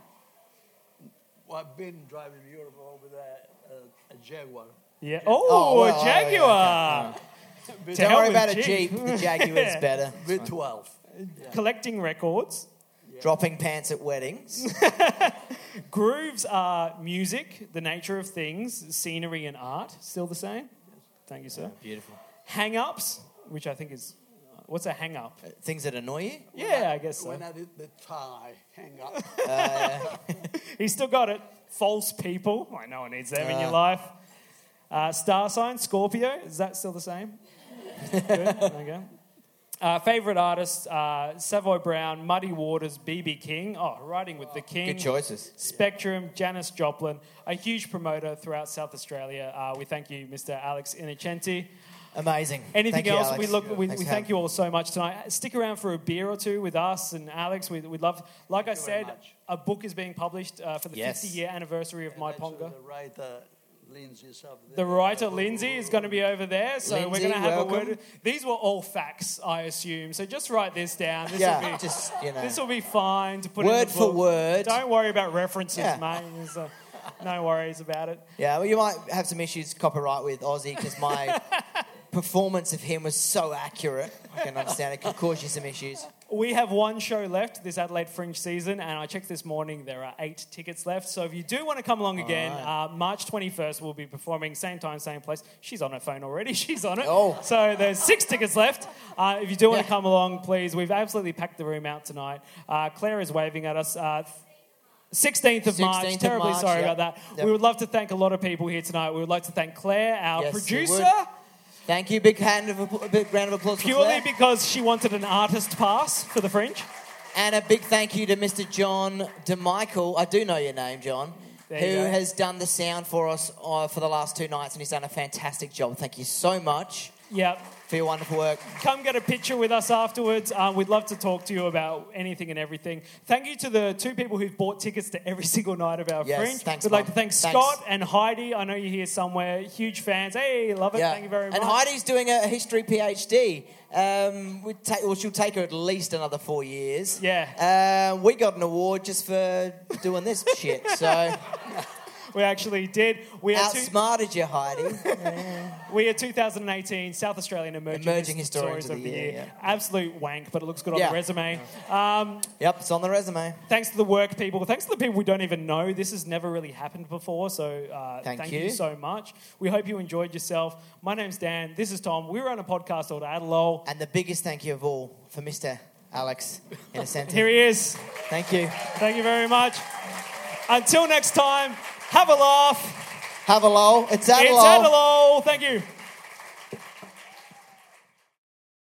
Well, I've been driving Europe over there, uh, a Jaguar. Yeah. Oh, Oh, well, a oh, yeah, okay, Jaguar. To Don't hell worry with about a Jeep. The Jaguar's Yeah. better. V12. Collecting records. Dropping pants at weddings. Grooves are music, the nature of things, scenery, and art. Still the same? Thank you, sir. Beautiful. Hang ups, which I think is. What's a hang up? Things that annoy you. Yeah, I guess so. When I did the tie, hang up. He's still got it. False people. I know one needs them in your life. Uh, star sign, Scorpio. Is that still the same? Good. Okay. Uh, favorite artists: uh, Savoy Brown, Muddy Waters, BB King. Oh, Riding with the King. Good choices. Spectrum, Janice Joplin, a huge promoter throughout South Australia. Uh, we thank you, Mr. Alex Innocenti. Amazing. Anything Thank you, else? Alex. we look. We, Thanks we for thank having you all so much tonight. Stick around for a beer or two with us and Alex. We'd, we'd love. Like I very said, much. a book is being published uh, for the Yes. 50 year anniversary of My And actually Ponga. The writer, Lindsay's up there. The writer Lindsay is going to be over there, so we're Lindsay, going to have a welcome. word. These were all facts, I assume. So just write this down. This will Yeah, be just, you know. this will be fine to put in Word the for book. word. Don't worry about references, Yeah. mate. There's, uh, no worries about it. Yeah, well, you might have some issues copyright with Aussie because my performance of him was so accurate. I can understand it could cause you some issues. We have one show left this Adelaide Fringe season, and I checked this morning there are eight tickets left. So if you do want to come along again, uh, March 21st, we'll be performing same time, same place. She's on her phone already. She's on it. Oh. So there's six tickets left. Uh, if you do want to Yeah. come along, please. We've absolutely packed the room out tonight. Uh, Claire is waving at us. Uh, 16th of March. 16th of Terribly March, sorry yep. about that. Yep. We would love to thank a lot of people here tonight. We would like to thank Claire, our Yes, we producer, would. Thank you. Big hand of appl- big round of applause for purely Claire. because she wanted an artist pass for the Fringe. and a big thank you to Mr. John DeMichael. I do know your name, John. There who you go. has done the sound for us uh, for the last two nights, and he's done a fantastic job. Thank you so much Yep. for your wonderful work. come get a picture with us afterwards. Um, we'd love to talk to you about anything and everything. Thank you to the two people who've bought tickets to every single night of our Yes, fringe. thanks, we'd like Mum. to thank Thanks. Scott and Heidi. I know you're here somewhere. Huge fans. Hey, love it. Thank you very much. And Heidi's doing a history PhD. Um, we take, well, she'll take her at least another four years. Yeah. Uh, we got an award just for doing this shit. So We actually did. We are, two, outsmarted you, Heidi. we are 2018 South Australian Emerging, Emerging Historians of the Year. yeah. Absolute wank, but it looks good on Yeah. the resume. Um, yep, it's on the resume. thanks to the work people. Thanks to the people we don't even know. This has never really happened before, so uh, Thank you. you. so much. We hope you enjoyed yourself. My name's Dan. This is Tom. We're on a podcast called Adelol. And the biggest thank you of all for Mr. Alex Innocenti. Here he is. Thank you. Thank you very much. Until next time, have a laugh. Have a lol. It's It's Adelol. Adelol. Thank you.